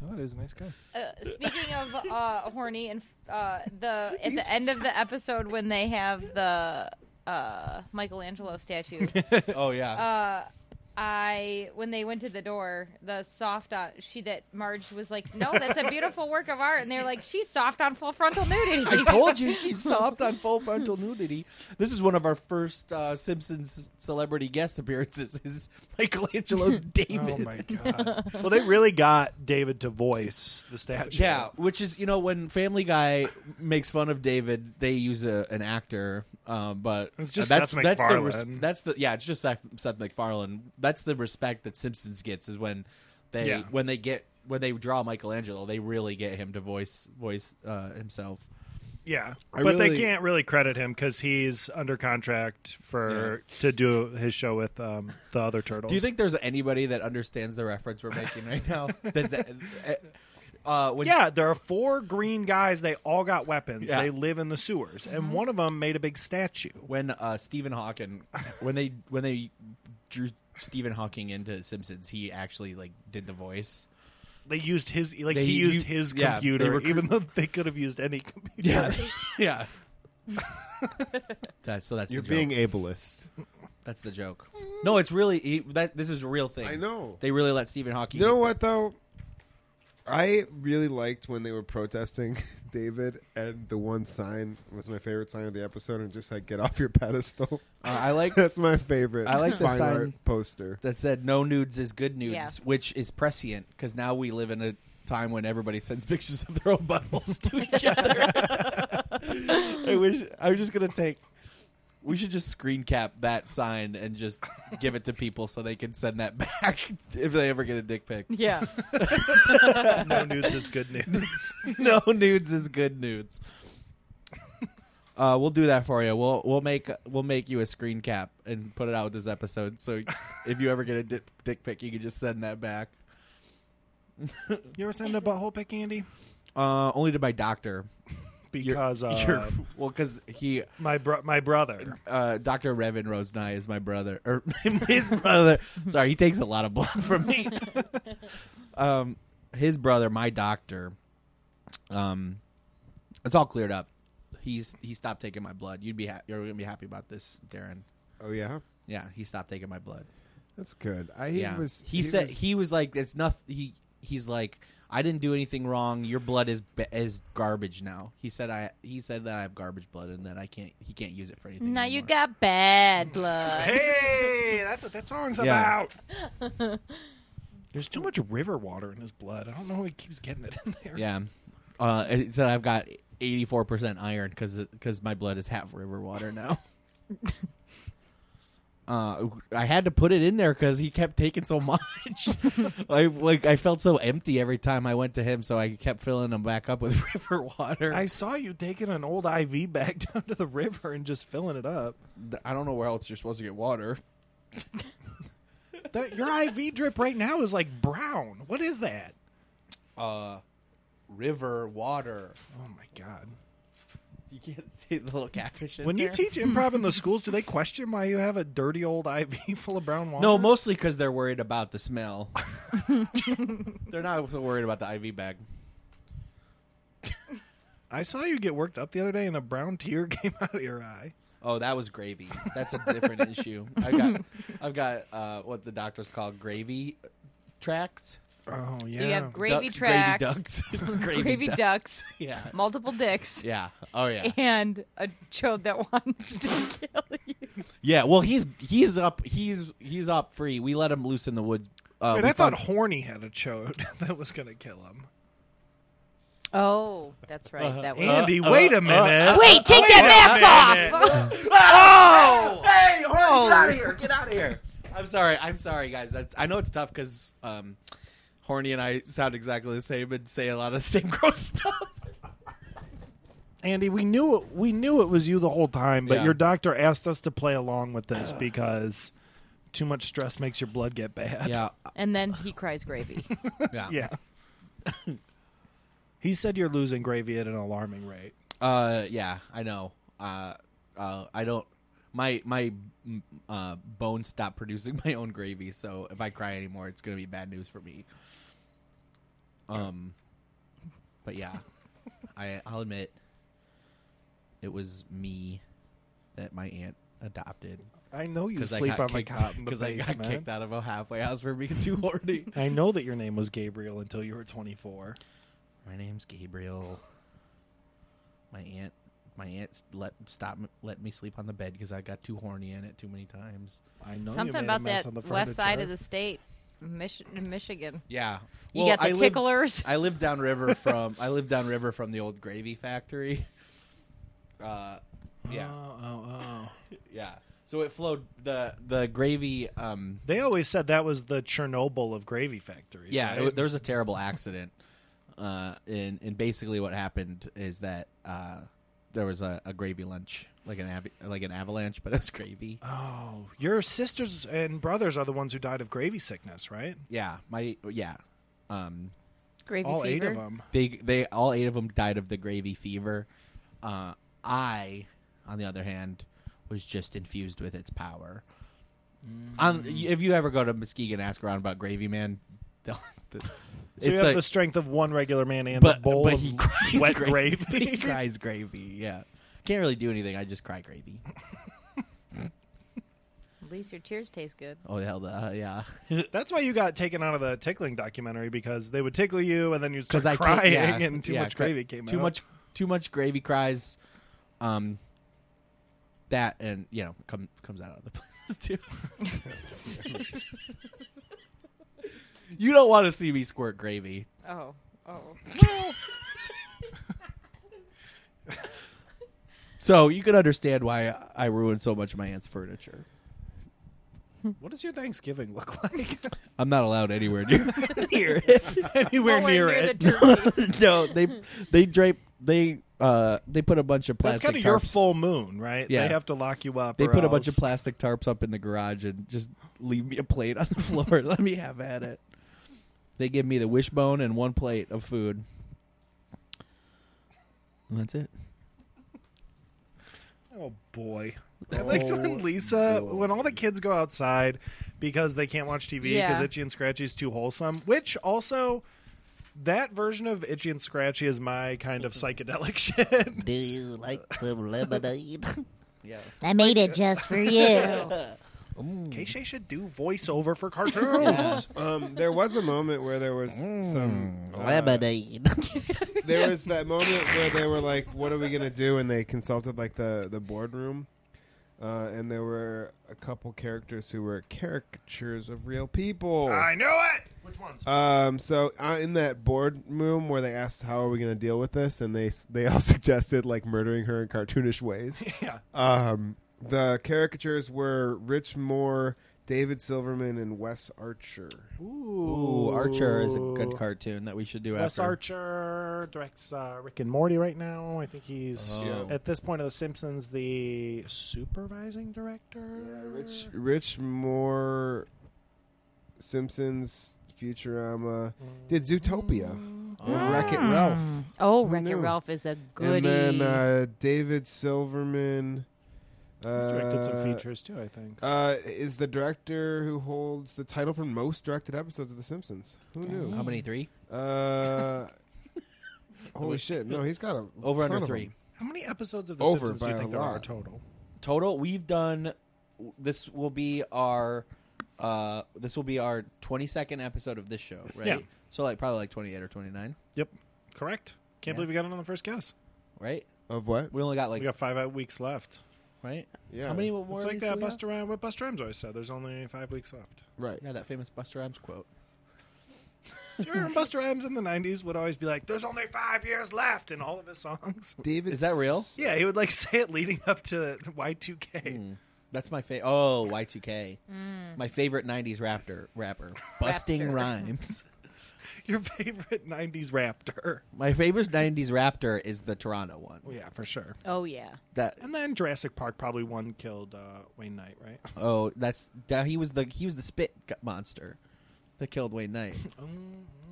that is a nice guy.
uh, speaking of uh, horny, and uh, the at the end of the episode when they have the uh, Michelangelo statue.
Oh yeah.
uh, I when they went to the door, the soft on she that Marge was like, "No, that's a beautiful work of art," and they're like, "She's soft on full frontal nudity."
I told you she sobbed on full frontal nudity. This is one of our first uh, Simpsons celebrity guest appearances. Is Michelangelo's David?
Oh my god. well, they really got David to voice the statue.
Yeah, which is you know when Family Guy makes fun of David, they use a, an actor, um, but
It's just
that's
Seth
that's the res-
MacFarlane.
that's the yeah, it's just Seth, Seth MacFarlane. That's the respect that Simpsons gets is when they
Yeah.
when they get when they draw Michelangelo, they really get him to voice voice uh, himself.
Yeah,
I
but they
really-
can't really credit him because he's under contract for to do his show with um, the other turtles.
Do you think there's anybody that understands the reference we're making right now? that, that, uh, when,
Yeah, there are four green guys. They all got weapons.
Yeah.
They live in the sewers, and one of them made a big statue.
When uh, Stephen Hawking, when they when they drew Stephen Hawking into Simpsons, he actually like did the voice.
They used his like
They-
he used
you-
his
yeah, they
computer,
recruit-
even though they could have used any computer.
yeah. That, so that's
You're
the
being
joke.
ableist.
that's the joke. No, it's really he, that this is a real thing.
I know.
they really let Stephen Hawking.
You know what though? I really liked when they were protesting David, and the one sign was my favorite sign of the episode, and just like get off your pedestal.
Uh, I like
That's my favorite.
I like the
fine
sign-
art poster.
that said no nudes is good nudes,
Yeah.
which is prescient because now we live in a time when everybody sends pictures of their own buttholes to each other. I wish I was just gonna take. We should just screen cap that sign and just give it to people so they can send that back if they ever get a dick pic.
yeah,
no nudes is good news.
no nudes is good nudes. Uh, we'll do that for you. We'll we'll make we'll make you a screen cap and put it out with this episode. So if you ever get a dick, dick pic, you can just send that back.
you ever send a butthole pic, Andy?
Uh, only to my doctor.
Because uh,
You're- well, because he,
my bro- my brother.
uh, Doctor Revin Rosenai is my brother or his brother. Sorry, he takes a lot of blood from me. um, his brother, my doctor. Um, it's all cleared up. He's he stopped taking my blood. You'd be ha- you're gonna be happy about this, Darren.
Oh yeah,
Yeah, he stopped taking my blood.
that's good. I he
Yeah,
was.
he, said
was-
he was like it's nothing. He he's like I didn't do anything wrong. Your blood is ba- is garbage now. He said I he said that I have garbage blood and that I can't he can't use it for anything.
now you
anymore.
got bad blood.
Hey, that's what that song's
Yeah.
about. There's too much river water in his blood. I don't know how he keeps getting it in there.
Yeah. Uh, it said I've got 84% iron because my blood is half river water now. Uh, I had to put it in there because he kept taking so much. I like I felt so empty every time I went to him, so I kept filling him back up with river water.
I saw you taking an old IV back down to the river and just filling it up.
I don't know where else you're supposed to get water.
That, your IV drip right now is like brown. What is that?
River water.
Oh my god.
You can't see the little catfish in
When you
there.
teach improv in the schools, do they question why you have a dirty old IV full of brown water?
no, mostly because they're worried about the smell. they're not so worried about the IV bag.
I saw you get worked up the other day and a brown tear came out of your eye.
Oh, that was gravy. That's a different issue. I've got, I've got uh, what the doctors call gravy uh, tracts.
Oh yeah.
So you have gravy
Ducks,
tracks,
Gravy ducks. gravy,
gravy
duck-
ducks,
Yeah.
multiple dicks,
Yeah. Oh yeah.
and a chode that wants to kill you.
Yeah. Well, he's he's up. He's he's up free. We let him loose in the woods. Uh,
Wait,
we
I thought
found-
Horny had a chode that was gonna kill him.
Oh, that's right. That was.
Andy, wait a minute.
Wait, take that mask off!
Oh! Hey! Hold! Get out of here! Get out of here! I'm sorry. I'm sorry, guys. That's I know it's tough because um, Horny and I sound exactly the same and say a lot of the same gross stuff.
Andy, we knew it, we knew it was you the whole time, but
Yeah.
your doctor asked us to play along with this because too much stress makes your blood get bad.
And then he cries gravy.
uh, Yeah.
Yeah. he said you're losing gravy at an alarming rate.
Uh, yeah, I know. Uh, uh, I don't. My my mm, uh, bones stop producing my own gravy, so if I cry anymore, it's gonna be bad news for me. Um, but yeah, I I'll admit, it was me that my aunt adopted
I know you
because I
sleep
got
on the cot
kicked
in the
because I got
basement.
kicked out of a halfway house for being too horny.
I know that your name was Gabriel until you were 24.
My name's Gabriel. My aunt, my aunt s- let stop m- let me sleep on the bed because I got too horny in it too many times.
I know you
Something
made a
about
mess
that
on the
west side
furniture.
of the state, Mich- Michigan.
Yeah,
You got the ticklers.
I lived downriver from I lived downriver from the old gravy factory. Uh, yeah,
Oh, oh, oh.
yeah. So it flowed the the gravy. Um,
They always said that was the Chernobyl of gravy factories.
yeah,
right?
it, there was a terrible accident. Uh, and and basically what happened is that uh, there was a, a gravy lunch, like an av- like an avalanche, but it was gravy.
Oh, your sisters and brothers are the ones who died of gravy sickness, right?
Yeah, my yeah. Um,
Gravy
All
fever.
eight of them.
they they all eight of them died of the gravy fever. Uh, I, on the other hand, was just infused with its power. Um,
Mm.
if you ever go to Muskegon, and ask around about Gravy Man. they'll-
So you
it's
have
a-
the strength of one regular man and a
but,
bowl
but
of
he cries
wet
gravy.
gravy.
he cries gravy. Yeah, can't really do anything. I just cry gravy.
At least your tears taste good.
Oh hell, uh, yeah.
That's why you got taken out of the tickling documentary because they would tickle you and then you'd
because
start
I can't-
crying
yeah,
and too
yeah,
much
cra-
gravy came
too
out.
much too much gravy cries, um, that and you know come comes out of the places too. you don't want to see me squirt gravy.
Oh, oh.
So you can understand why I ruined so much of my aunt's furniture.
What does your Thanksgiving look like?
I'm not allowed anywhere near, near it.
Anywhere near it.
The turkey.
no, they they drape they uh they put a bunch of
That's
plastic.
kind of your
tarps-
full moon, right?
Yeah.
They have to lock you up.
They
or
put a bunch of
else-
plastic tarps up in the garage and just leave me a plate on the floor. Let me have at it. They give me the wishbone and one plate of food. And that's it.
Oh boy. I liked when Lisa, when all the kids go outside because they can't watch TV because
Yeah.
Itchy and Scratchy is too wholesome. Which also, that version of Itchy and Scratchy is my kind of psychedelic shit.
Do you like some lemonade?
Yeah.
I made it just for you.
Hmm.
Keisha should do voiceover for cartoons.
Um, there was a moment where there was
Mm,
some uh,
lemonade.
there was that moment where they were like, "What are we gonna do?" And they consulted like the the boardroom, uh, and there were a couple characters who were caricatures of real people.
I know it. Which ones?
Um, so uh, in that boardroom where they asked, "How are we gonna deal with this?" and they s- they all suggested like murdering her in cartoonish ways.
yeah.
Um, The caricatures were Rich Moore, David Silverman, and Wes Archer.
Ooh,
Ooh, Archer is a good cartoon that we should do
Wes
after.
Archer directs uh, Rick and Morty right now. I think he's
Oh.
at this point of The Simpsons the supervising director.
Rich Rich Moore, Simpsons, Futurama, did Zootopia, and Wreck It Ralph,
Oh,
Who
Wreck It
knew?
Ralph is a goodie.
and then uh, David Silverman.
He's directed some
uh,
features too, I think.
Uh, is the director who holds the title for most directed episodes of The Simpsons? Who knew?
How many? Three?
Uh, holy shit! No, he's got a
Over
ton
under
of
three.
them.
How many episodes of The
Over
Simpsons do you
by
think
a
there are
lot.
total?
Total, we've done. This will be our. Uh, this will be our 22nd episode of this show, right?
Yeah.
So like probably like 28 or 29,
Yep, correct. Can't believe we got it on the first guess.
right?
Of what?
We only got like
We got five uh, weeks left.
right.
Yeah.
How many more?
It's
of
like
these
that
do we have?
Buster Rhymes, what Buster Rhymes always said. There's only five weeks left.
Right.
Yeah, that famous Buster Rhymes quote.
Do you remember Buster Rhymes in the '90s would always be like, "There's only five years left" in all of his songs?
David
Is that real?
Yeah, he would like say it leading up to Y2K.
That's my favorite. Oh, Y2K. My favorite 90s rapper, rapper. Busting Rhymes.
Your favorite '90s raptor?
My favorite 90s rapper is the Toronto one.
Yeah, for sure.
oh yeah.
That
And then Jurassic Park probably one killed uh, Wayne Knight, right?
oh, that's that he was the he was the spit gu- monster that killed Wayne Knight.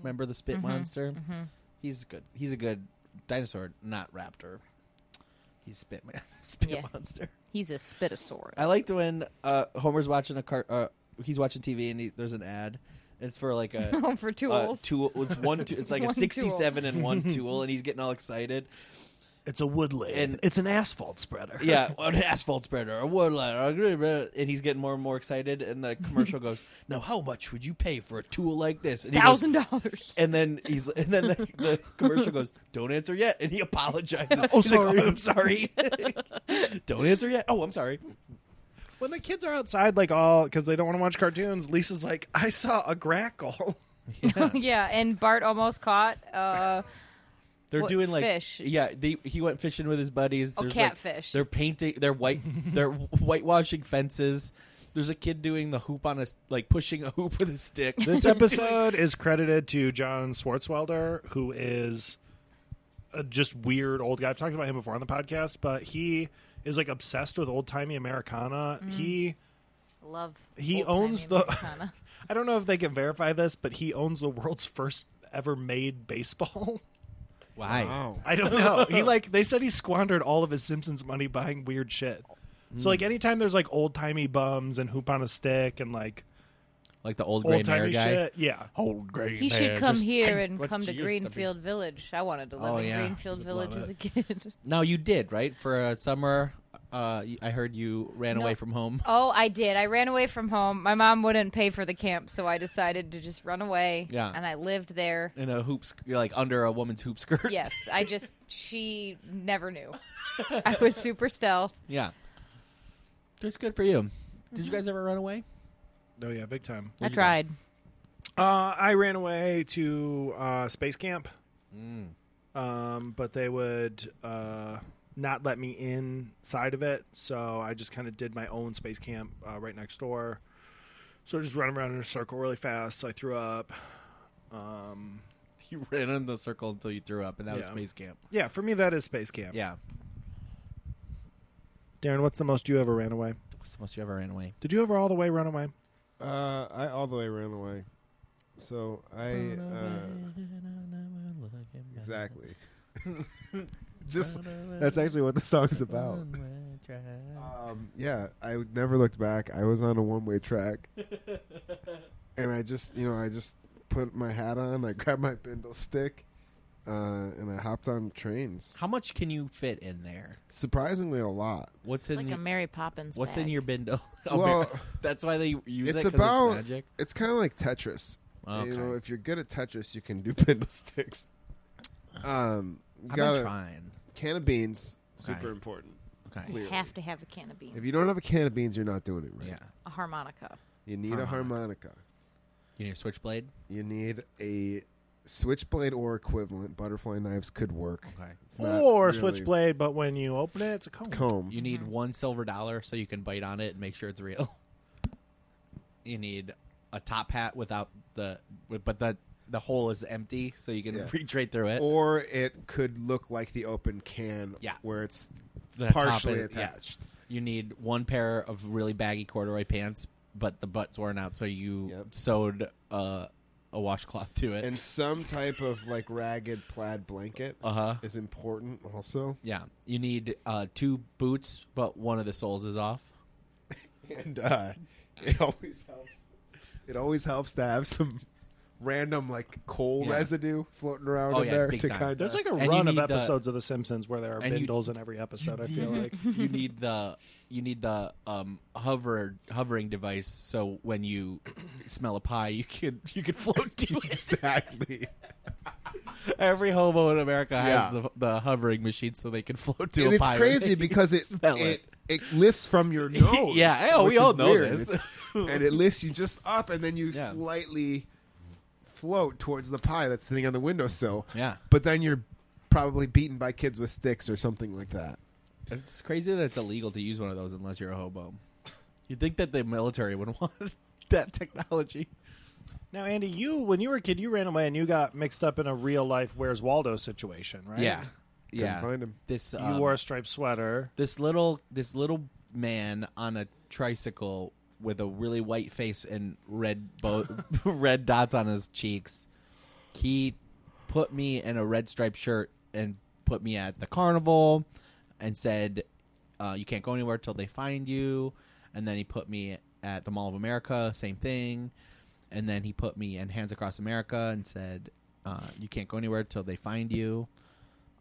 Remember the
Mm-hmm,
spit monster? He's good. He's a good dinosaur, not raptor. He's spit man, spit
Yeah.
monster.
He's a spitosaurus.
I liked when uh, Homer's watching a car. Uh, he's watching TV and he, there's an ad. It's for like a
Oh, for
uh,
tools.
tool. It's one. Tool, it's like a
One tool.
sixty-seven and one tool, and he's getting all excited.
It's a wood lathe.
And-
it's an asphalt spreader.
Yeah, an asphalt spreader, a wood ladder, and he's getting more and more excited. And the commercial goes, "Now, how much would you pay for a tool like this?" And he goes-
Thousand dollars.
And then he's, and then the, the commercial goes, "Don't answer yet," and he apologizes. oh,
sorry.
I'm sorry. Don't answer yet. Oh, I'm sorry.
When the kids are outside, like all because they don't want to watch cartoons, Lisa's like, "I saw a grackle."
yeah, and Bart almost caught uh,
They're
What,
doing like
fish?
Yeah, they, he went fishing with his buddies.
Oh,
There's like-
catfish.
they're painting. They're white. they're whitewashing fences. There's a kid doing the hoop on a s- like pushing a hoop with a stick.
This episode is credited to John Swartzwelder, who is a just weird old guy. I've talked about him before on the podcast, but he is like obsessed with old timey Americana. He
love.
he
old-timey
owns the.
Americana.
I don't know if they can verify this, but he owns the world's first ever made baseball.
Why?
Wow.
I don't know. He like they said he squandered all of his Simpsons money buying weird shit. So
Mm.
like anytime there's like old timey bums and hoop on a stick and like
Like the old gray
old
mare
timey
guy.
shit, yeah.
Old gray
He should
man,
come
just-
here and
what
come
you
to
used to be.
Greenfield Village. I wanted to live
Oh,
in
yeah.
Greenfield Village as a kid.
No, you did right for a summer. Uh, y- I heard you ran
No.
away from home.
oh, I did. I ran away from home. My mom wouldn't pay for the camp, so I decided to just run away.
Yeah.
And I lived there.
In a hoop, sk- like under a woman's hoop skirt.
Yes, I just she never knew. I was super stealth.
yeah. That's good for you. Did
Mm-hmm.
you guys ever run away?
Oh yeah, big time.
I tried.
Uh, I ran away to uh, space camp, Mm. um, but they would uh, not let me inside of it, so I just kind of did my own space camp uh, right next door. So I just ran around in a circle really fast. I threw up. Um,
You ran in the circle until you threw up, and that was
Yeah.
space camp.
yeah, for me that is space camp.
Yeah.
Darren, what's the most you ever ran away?
What's the most you ever ran away?
Did you ever all the way run away?
Uh, I all the way ran away. So I uh, exactly. Just that's actually what the song's about. Um, yeah, I never looked back. I was on a one-way track, and I just, you know, I just put my hat on. I grabbed my bindle stick, uh, and I hopped on trains.
How much can you fit in there?
Surprisingly, a lot.
What's in
Like
your,
a Mary Poppins.
What's in
bag.
your bindle?
Well,
man. that's why they use
it's
it. 'cause
about
it's magic.
it's kind of like Tetris.
Okay.
You know, if you're good at Tetris, you can do bindle sticks. Um,
I've
got
been
a
trying.
can of beans,
Okay.
super important.
Okay.
You have to have a can of beans.
If you don't have a can of beans, you're not doing it right.
Yeah.
a harmonica.
You need a harmonica.
You need a switchblade.
You need a switchblade or equivalent butterfly knives could work.
Okay.
It's not
or
really
switchblade, but when you open it, it's a comb.
comb.
You need one silver dollar so you can bite on it and make sure it's real. You need a top hat without the, but the the hole is empty so you can
Yeah.
reach right through it.
Or it could look like the open can,
Yeah.
where it's
The top
partially
is- yeah.
attached.
You need one pair of really baggy corduroy pants, but the butt's worn out, so you
Yep.
sewed uh, a washcloth to it.
and some type of like ragged plaid blanket
uh-huh.
is important also.
Yeah. You need uh, two boots, but one of the soles is off.
And uh, it always helps. It always helps to have some random like coal
Yeah.
residue floating around
Oh,
in
yeah,
there
big
to
time.
kind
There's
of.
like a
And you
run of
need the-
episodes of The Simpsons where there are
and you-
bindles in every episode. I feel like
you need the you need the um, hover hovering device so when you smell a pie you could you could float to it.
Exactly.
Every hobo in America has
Yeah.
the, the hovering machine so they can float to
and
a
it's
pie.
crazy because it
Smell
it, it lifts from your nose.
Yeah, oh, we
which is
all know
weird.
this.
It's- and it lifts you just up, and then you
Yeah.
slightly float towards the pie that's sitting on the windowsill.
Yeah.
but then you're probably beaten by kids with sticks or something like that.
It's crazy that it's illegal to use one of those unless you're a hobo. You'd think that the military would want that technology.
now, Andy, you when you were a kid, you ran away and you got mixed up in a real life "Where's Waldo" situation, right?
Yeah, yeah.
find 'em.
This
You
um,
wore a striped sweater.
this little this little man on a tricycle with a really white face and red bo- red dots on his cheeks. He put me in a red striped shirt and put me at the carnival and said, uh, "You can't go anywhere till they find you." And then he put me at the Mall of America, same thing. And then he put me in Hands Across America and said, uh, "You can't go anywhere till they find you."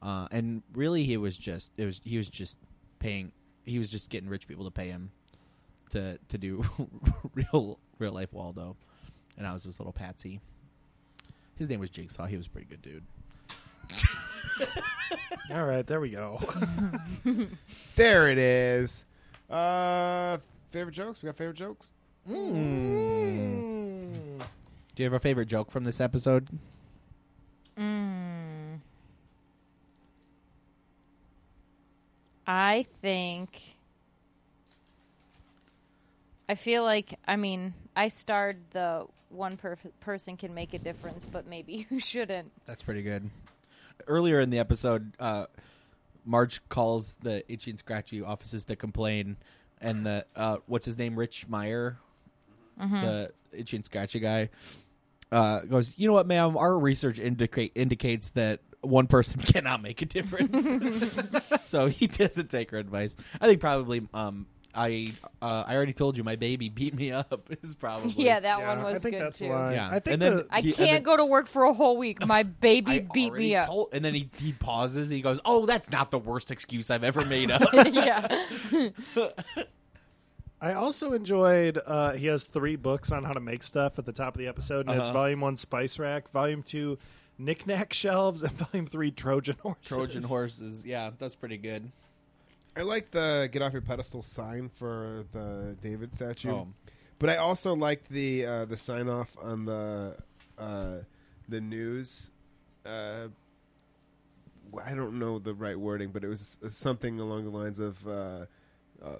uh, and really he was just it was he was just paying he was just getting rich people to pay him to to do real real life Waldo, and I was this little patsy. His name was Jigsaw. He was a pretty good dude.
All right, there we go.
There it is. Uh, favorite jokes? We got favorite jokes.
Do you have a favorite joke from this episode?
Mm. I think. I feel like I mean I starred the one per- person can make a difference, but maybe you shouldn't.
That's pretty good. Earlier in the episode, uh, Marge calls the itchy and scratchy offices to complain, and the uh, what's his name, Rich Meyer, the itchy and scratchy guy, uh, goes, "You know what, ma'am? Our research indicate indicates that one person cannot make a difference." so he doesn't take her advice. I think probably. Um, I uh, I already told you my baby beat me up is probably
Yeah, that one
Yeah,
was
I think
good
that's
too.
lying.
Yeah.
I think
And then-
the-
I
He- and
can't
then-
go to work for a whole week. My baby
I
beat
already
me up.
told- and then he, he pauses. He goes, "Oh, that's not the worst excuse I've ever made up."
yeah,
I also enjoyed. Uh, he has three books on how to make stuff at the top of the episode, and it's
Uh-huh.
Volume One Spice Rack, Volume Two Knickknack Shelves, and Volume Three Trojan Horses.
Trojan horses. Yeah, that's pretty good.
I like the get off your pedestal sign for the David statue,
Oh.
but I also liked the uh, the sign off on the uh, the news. Uh, I don't know the right wording, but it was something along the lines of uh, uh,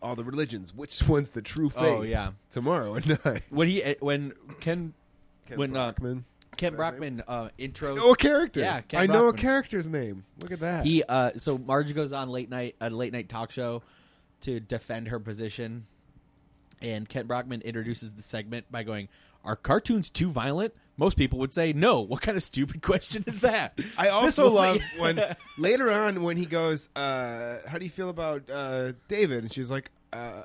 all the religions. Which one's the true faith?
Oh, yeah.
tomorrow at night.
When he eh, when Ken
Ken
When, uh,
Brockman.
Ken Brockman uh, intros.
know a character.
Yeah, Ken
I know
Brockman.
a character's name. Look at that.
He uh, so Marge goes on late night a late night talk show to defend her position, and Ken Brockman introduces the segment by going, "Are cartoons too violent?" Most people would say no. What kind of stupid question is that?
I
This
also
movie-
love when later on when he goes, uh, "How do you feel about uh, David?" And she's like, uh,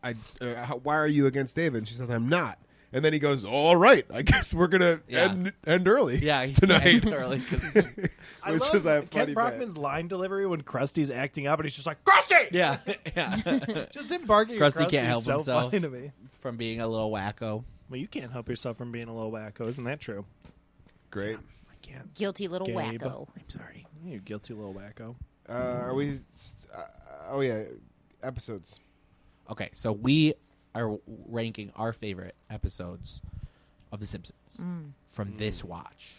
"I, I uh, how, why are you against David?" And she says, "I'm not." And then he goes, "All right, I guess we're gonna
Yeah.
end, end early."
yeah he-
tonight.
early 'cause-
I
Which
love
is a funny
Ken
bit.
Brockman's line delivery when Krusty's acting up, and he's just like Krusty.
yeah, yeah.
Just him barking. at
Krusty can't
Krusty is
help
so
himself.
Funny to me.
From being a little wacko.
Well, you can't help yourself from being a little wacko, isn't that true?
Great.
I can't.
Guilty little
Gabe.
wacko.
I'm sorry. You guilty little wacko.
Uh, are we? Uh, oh yeah, episodes.
Okay, so we are ranking our favorite episodes of The Simpsons
Mm.
from this watch.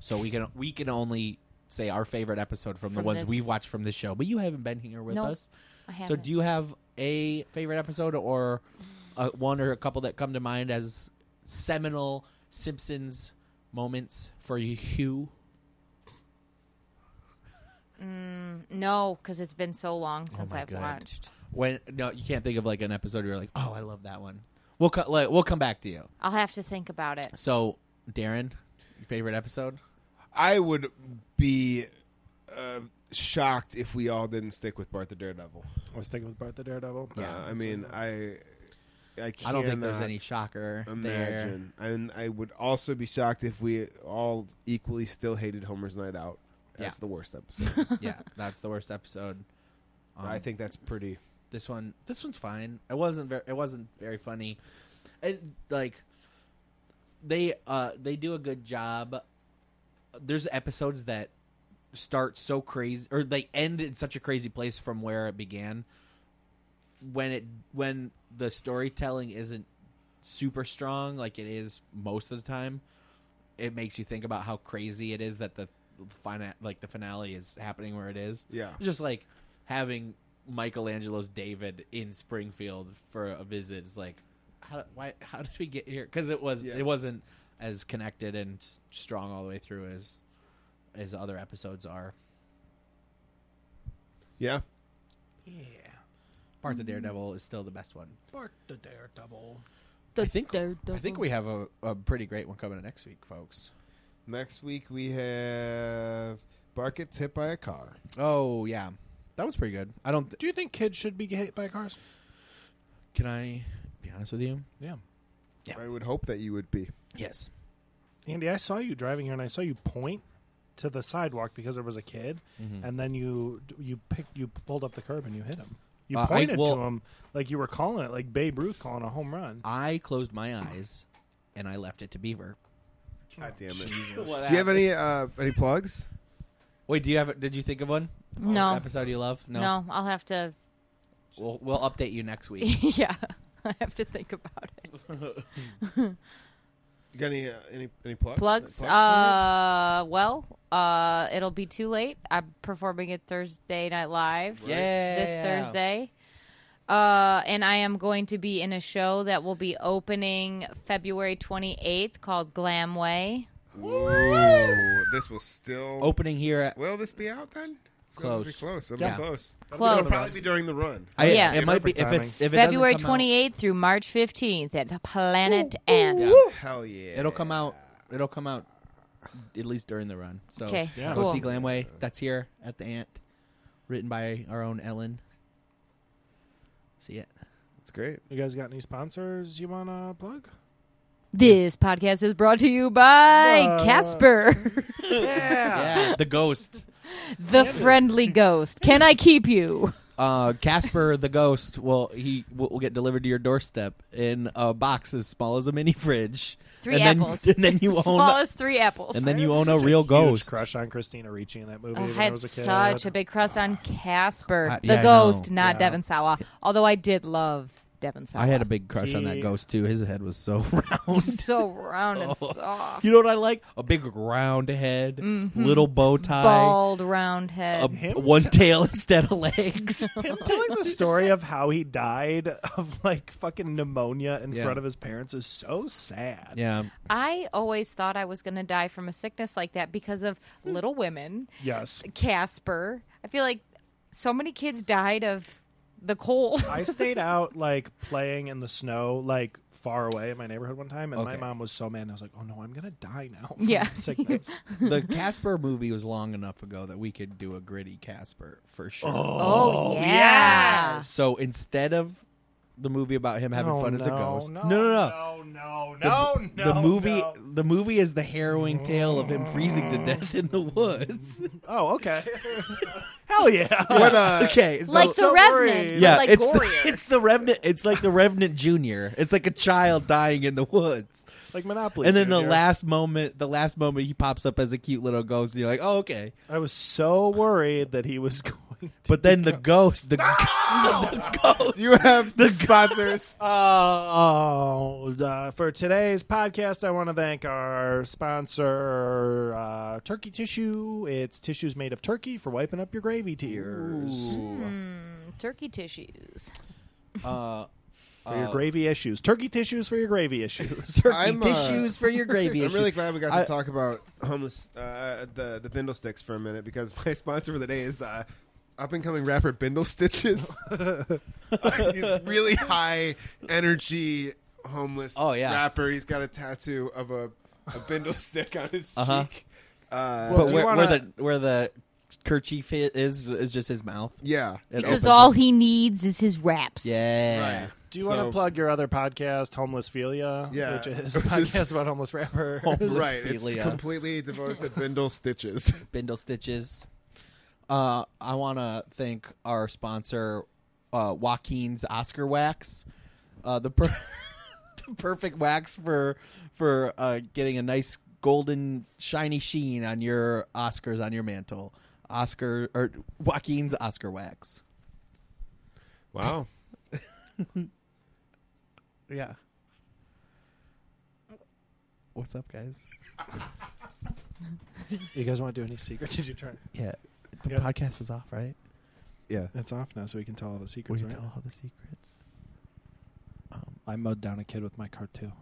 So we can we can only say our favorite episode from, the
From
ones we
this.
watched from this show. But you haven't been here with
Nope,
us.
I
So
haven't.
do you have a favorite episode or uh one or a couple that come to mind as seminal Simpsons moments for you?
No, because it's been so long since
Oh my
I've
God.
watched.
When no, you can't think of like an episode where you're like, oh, I love that one. We'll co- like, we'll come back to you.
I'll have to think about it.
So, Darren, your favorite episode?
I would be uh, shocked if we all didn't stick with Bart the Daredevil.
I was sticking with Bart the Daredevil.
Yeah, I mean, I, Uh, I,
I don't think there's
cannot
any shocker there.
Imagine, and I would also be shocked if we all equally still hated Homer's Night Out. That's
Yeah.
the worst episode.
yeah, that's the worst episode.
I think that's pretty.
This one, this one's fine. It wasn't very, it wasn't very funny. It like they uh they do a good job. There's episodes that start so crazy or they end in such a crazy place from where it began. When it when the storytelling isn't super strong like it is most of the time, it makes you think about how crazy it is that the final like the finale is happening where it is.
Yeah.
It's just like having Michelangelo's David in Springfield for a visit is like how why how did we get here cuz it was
Yeah.
it wasn't as connected and s- strong all the way through as as other episodes are.
Yeah,
Part the
Mm-hmm.
Daredevil is still the best one.
Bart the Daredevil.
I think I think we have a, a pretty great one coming next week, folks.
Next week we have Bark gets hit by a car.
Oh yeah, that was pretty good. I don't. Th-
Do you think kids should be hit by cars?
can I be honest with you?
Yeah.
I would hope that you would be.
Yes.
Andy, I saw you driving here, and I saw you point to the sidewalk because there was a kid, and then you you picked you pulled up the curb and you hit him. You
Uh, I-
pointed to
well-
him like you were calling it, like Babe Ruth calling a home run.
I closed my eyes, and I left it to Beaver.
God damn it! Do you have any uh, any plugs?
Wait, do you have? Did you think of one?
No.
An episode you love? No.
No, I'll have to.
We'll, we'll update you next week.
yeah, I have to think about it.
You got any uh, any any plugs?
Plugs.
coming up?
Uh, well, uh, it'll be too late. I'm performing at Thursday Night Live.
Yeah.
this Thursday. Uh, and I am going to be in a show that will be opening February 28th called Glamway.
Uh,
Whoa! This will still.
Opening here. At,
Will this be out then? It's gonna be
Oh. Close.
close. It'll
Yeah.
be close.
Close.
It'll probably be during the run.
I,
Yeah.
It might be
Perfect
if it,
timing.
if it doesn't
February
come out-
28th through March 15th at the Planet Ant.
Hell yeah!
It'll come out. It'll come out at least during the run. So
Okay,
Yeah.
go
cool.
see Glamway. That's here at the Ant, written by our own Ellen. See it.
It's great.
You guys got any sponsors you wanna plug?
This podcast is brought to you by
Uh,
Casper,
Yeah, the ghost.
the friendly ghost. Can I keep you?
Uh, Casper the ghost will he will will get delivered to your doorstep in a box as small as a mini fridge.
Three
and
apples.
Then, and then you own. a-
Smallest three apples.
And then
I
you
had
own a
such
real
huge
ghost.
Crush on Christina Ricci in that movie.
I
when I
had
was a kid.
such a big crush on Casper,
Uh,
the
yeah, I
ghost,
know.
not
Yeah.
Devon Sawa. Although I did love Devon Sawa.
I had a big crush on that
He-
ghost too. His head was so round.
so round and soft,
Oh. you know what I like? A big round head,
Mm-hmm.
little bow tie,
bald round
a,
head.
Him
one tail instead of legs.
Him telling the story of how he died of like fucking pneumonia in
Yeah.
front of his parents is so sad.
yeah,
I always thought I was going to die from a sickness like that because of Little Women,
Yes.
Casper. I feel like so many kids died of the cold.
I stayed out like playing in the snow, like far away in my neighborhood one time, and my
Okay.
mom was so mad. And I was like, "Oh no, I'm gonna die now." from
Yeah.
sickness.
the Casper movie was long enough ago that we could do a gritty Casper for sure.
oh yeah.
So instead of the movie about him having
Oh,
fun as a
Ah. no,
ghost,
no,
no, no, no.
no, no,
The,
no, no.
the movie,
no.
the movie is the harrowing tale of him freezing to death in the woods.
Oh, okay. Hell yeah.
What? Uh,
okay, so
Like
so
the Revenant,
worried.
but
yeah,
like
it's
gorier.
the, it's the Revenant. It's like the Revenant Junior. It's like a child dying in the woods,
Like Monopoly.
and then the
Junior.
last moment, the last moment, he pops up as a cute little ghost, and you're like, oh okay.
I was so worried that he was going
But then the ghost, the, the ghost,
You have the sponsors.
Oh, uh, for today's podcast, I want to thank our sponsor, uh, Turkey Tissue. It's tissues made of turkey for wiping up your gravy tears
Turkey tissues.
Uh,
for your gravy issues. Turkey tissues for your gravy issues.
turkey
I'm, uh,
tissues for your gravy.
I'm
issues.
really glad we got to
I-
talk about homeless uh, the the bindle sticks for a minute because my sponsor for the day is uh, up and coming rapper Bindle Stitches. He's really high energy homeless
Oh, yeah.
rapper. He's got a tattoo of a, a bindle stick on his
Uh-huh.
cheek. Uh,
But
Well, do you
where, where
wanna-
the where the kerchief i- is is just his mouth.
yeah,
It
Because
opens
all
up.
he needs is his raps.
yeah.
Right.
Do you want
So-
to plug your other podcast, Homeless Philia?
Yeah,
Which is a
which is-
podcast about homeless rappers.
Right, it's
Philia.
completely devoted to Bindle Stitches.
Bindle stitches. Uh, I want to thank our sponsor, uh, Joaquin's Oscar Wax, uh, the, per- the perfect wax for for uh, getting a nice golden shiny sheen on your Oscars on your mantle. Oscar or Joaquin's Oscar Wax.
Wow.
Yeah. What's up, guys?
You guys want to do any secret? Did you try?
Yeah, the
Yeah.
podcast is off, right?
Yeah.
It's off now, so we can tell all the
We
secrets.
can
right?
tell all the secrets.
I mowed down a kid with my car too.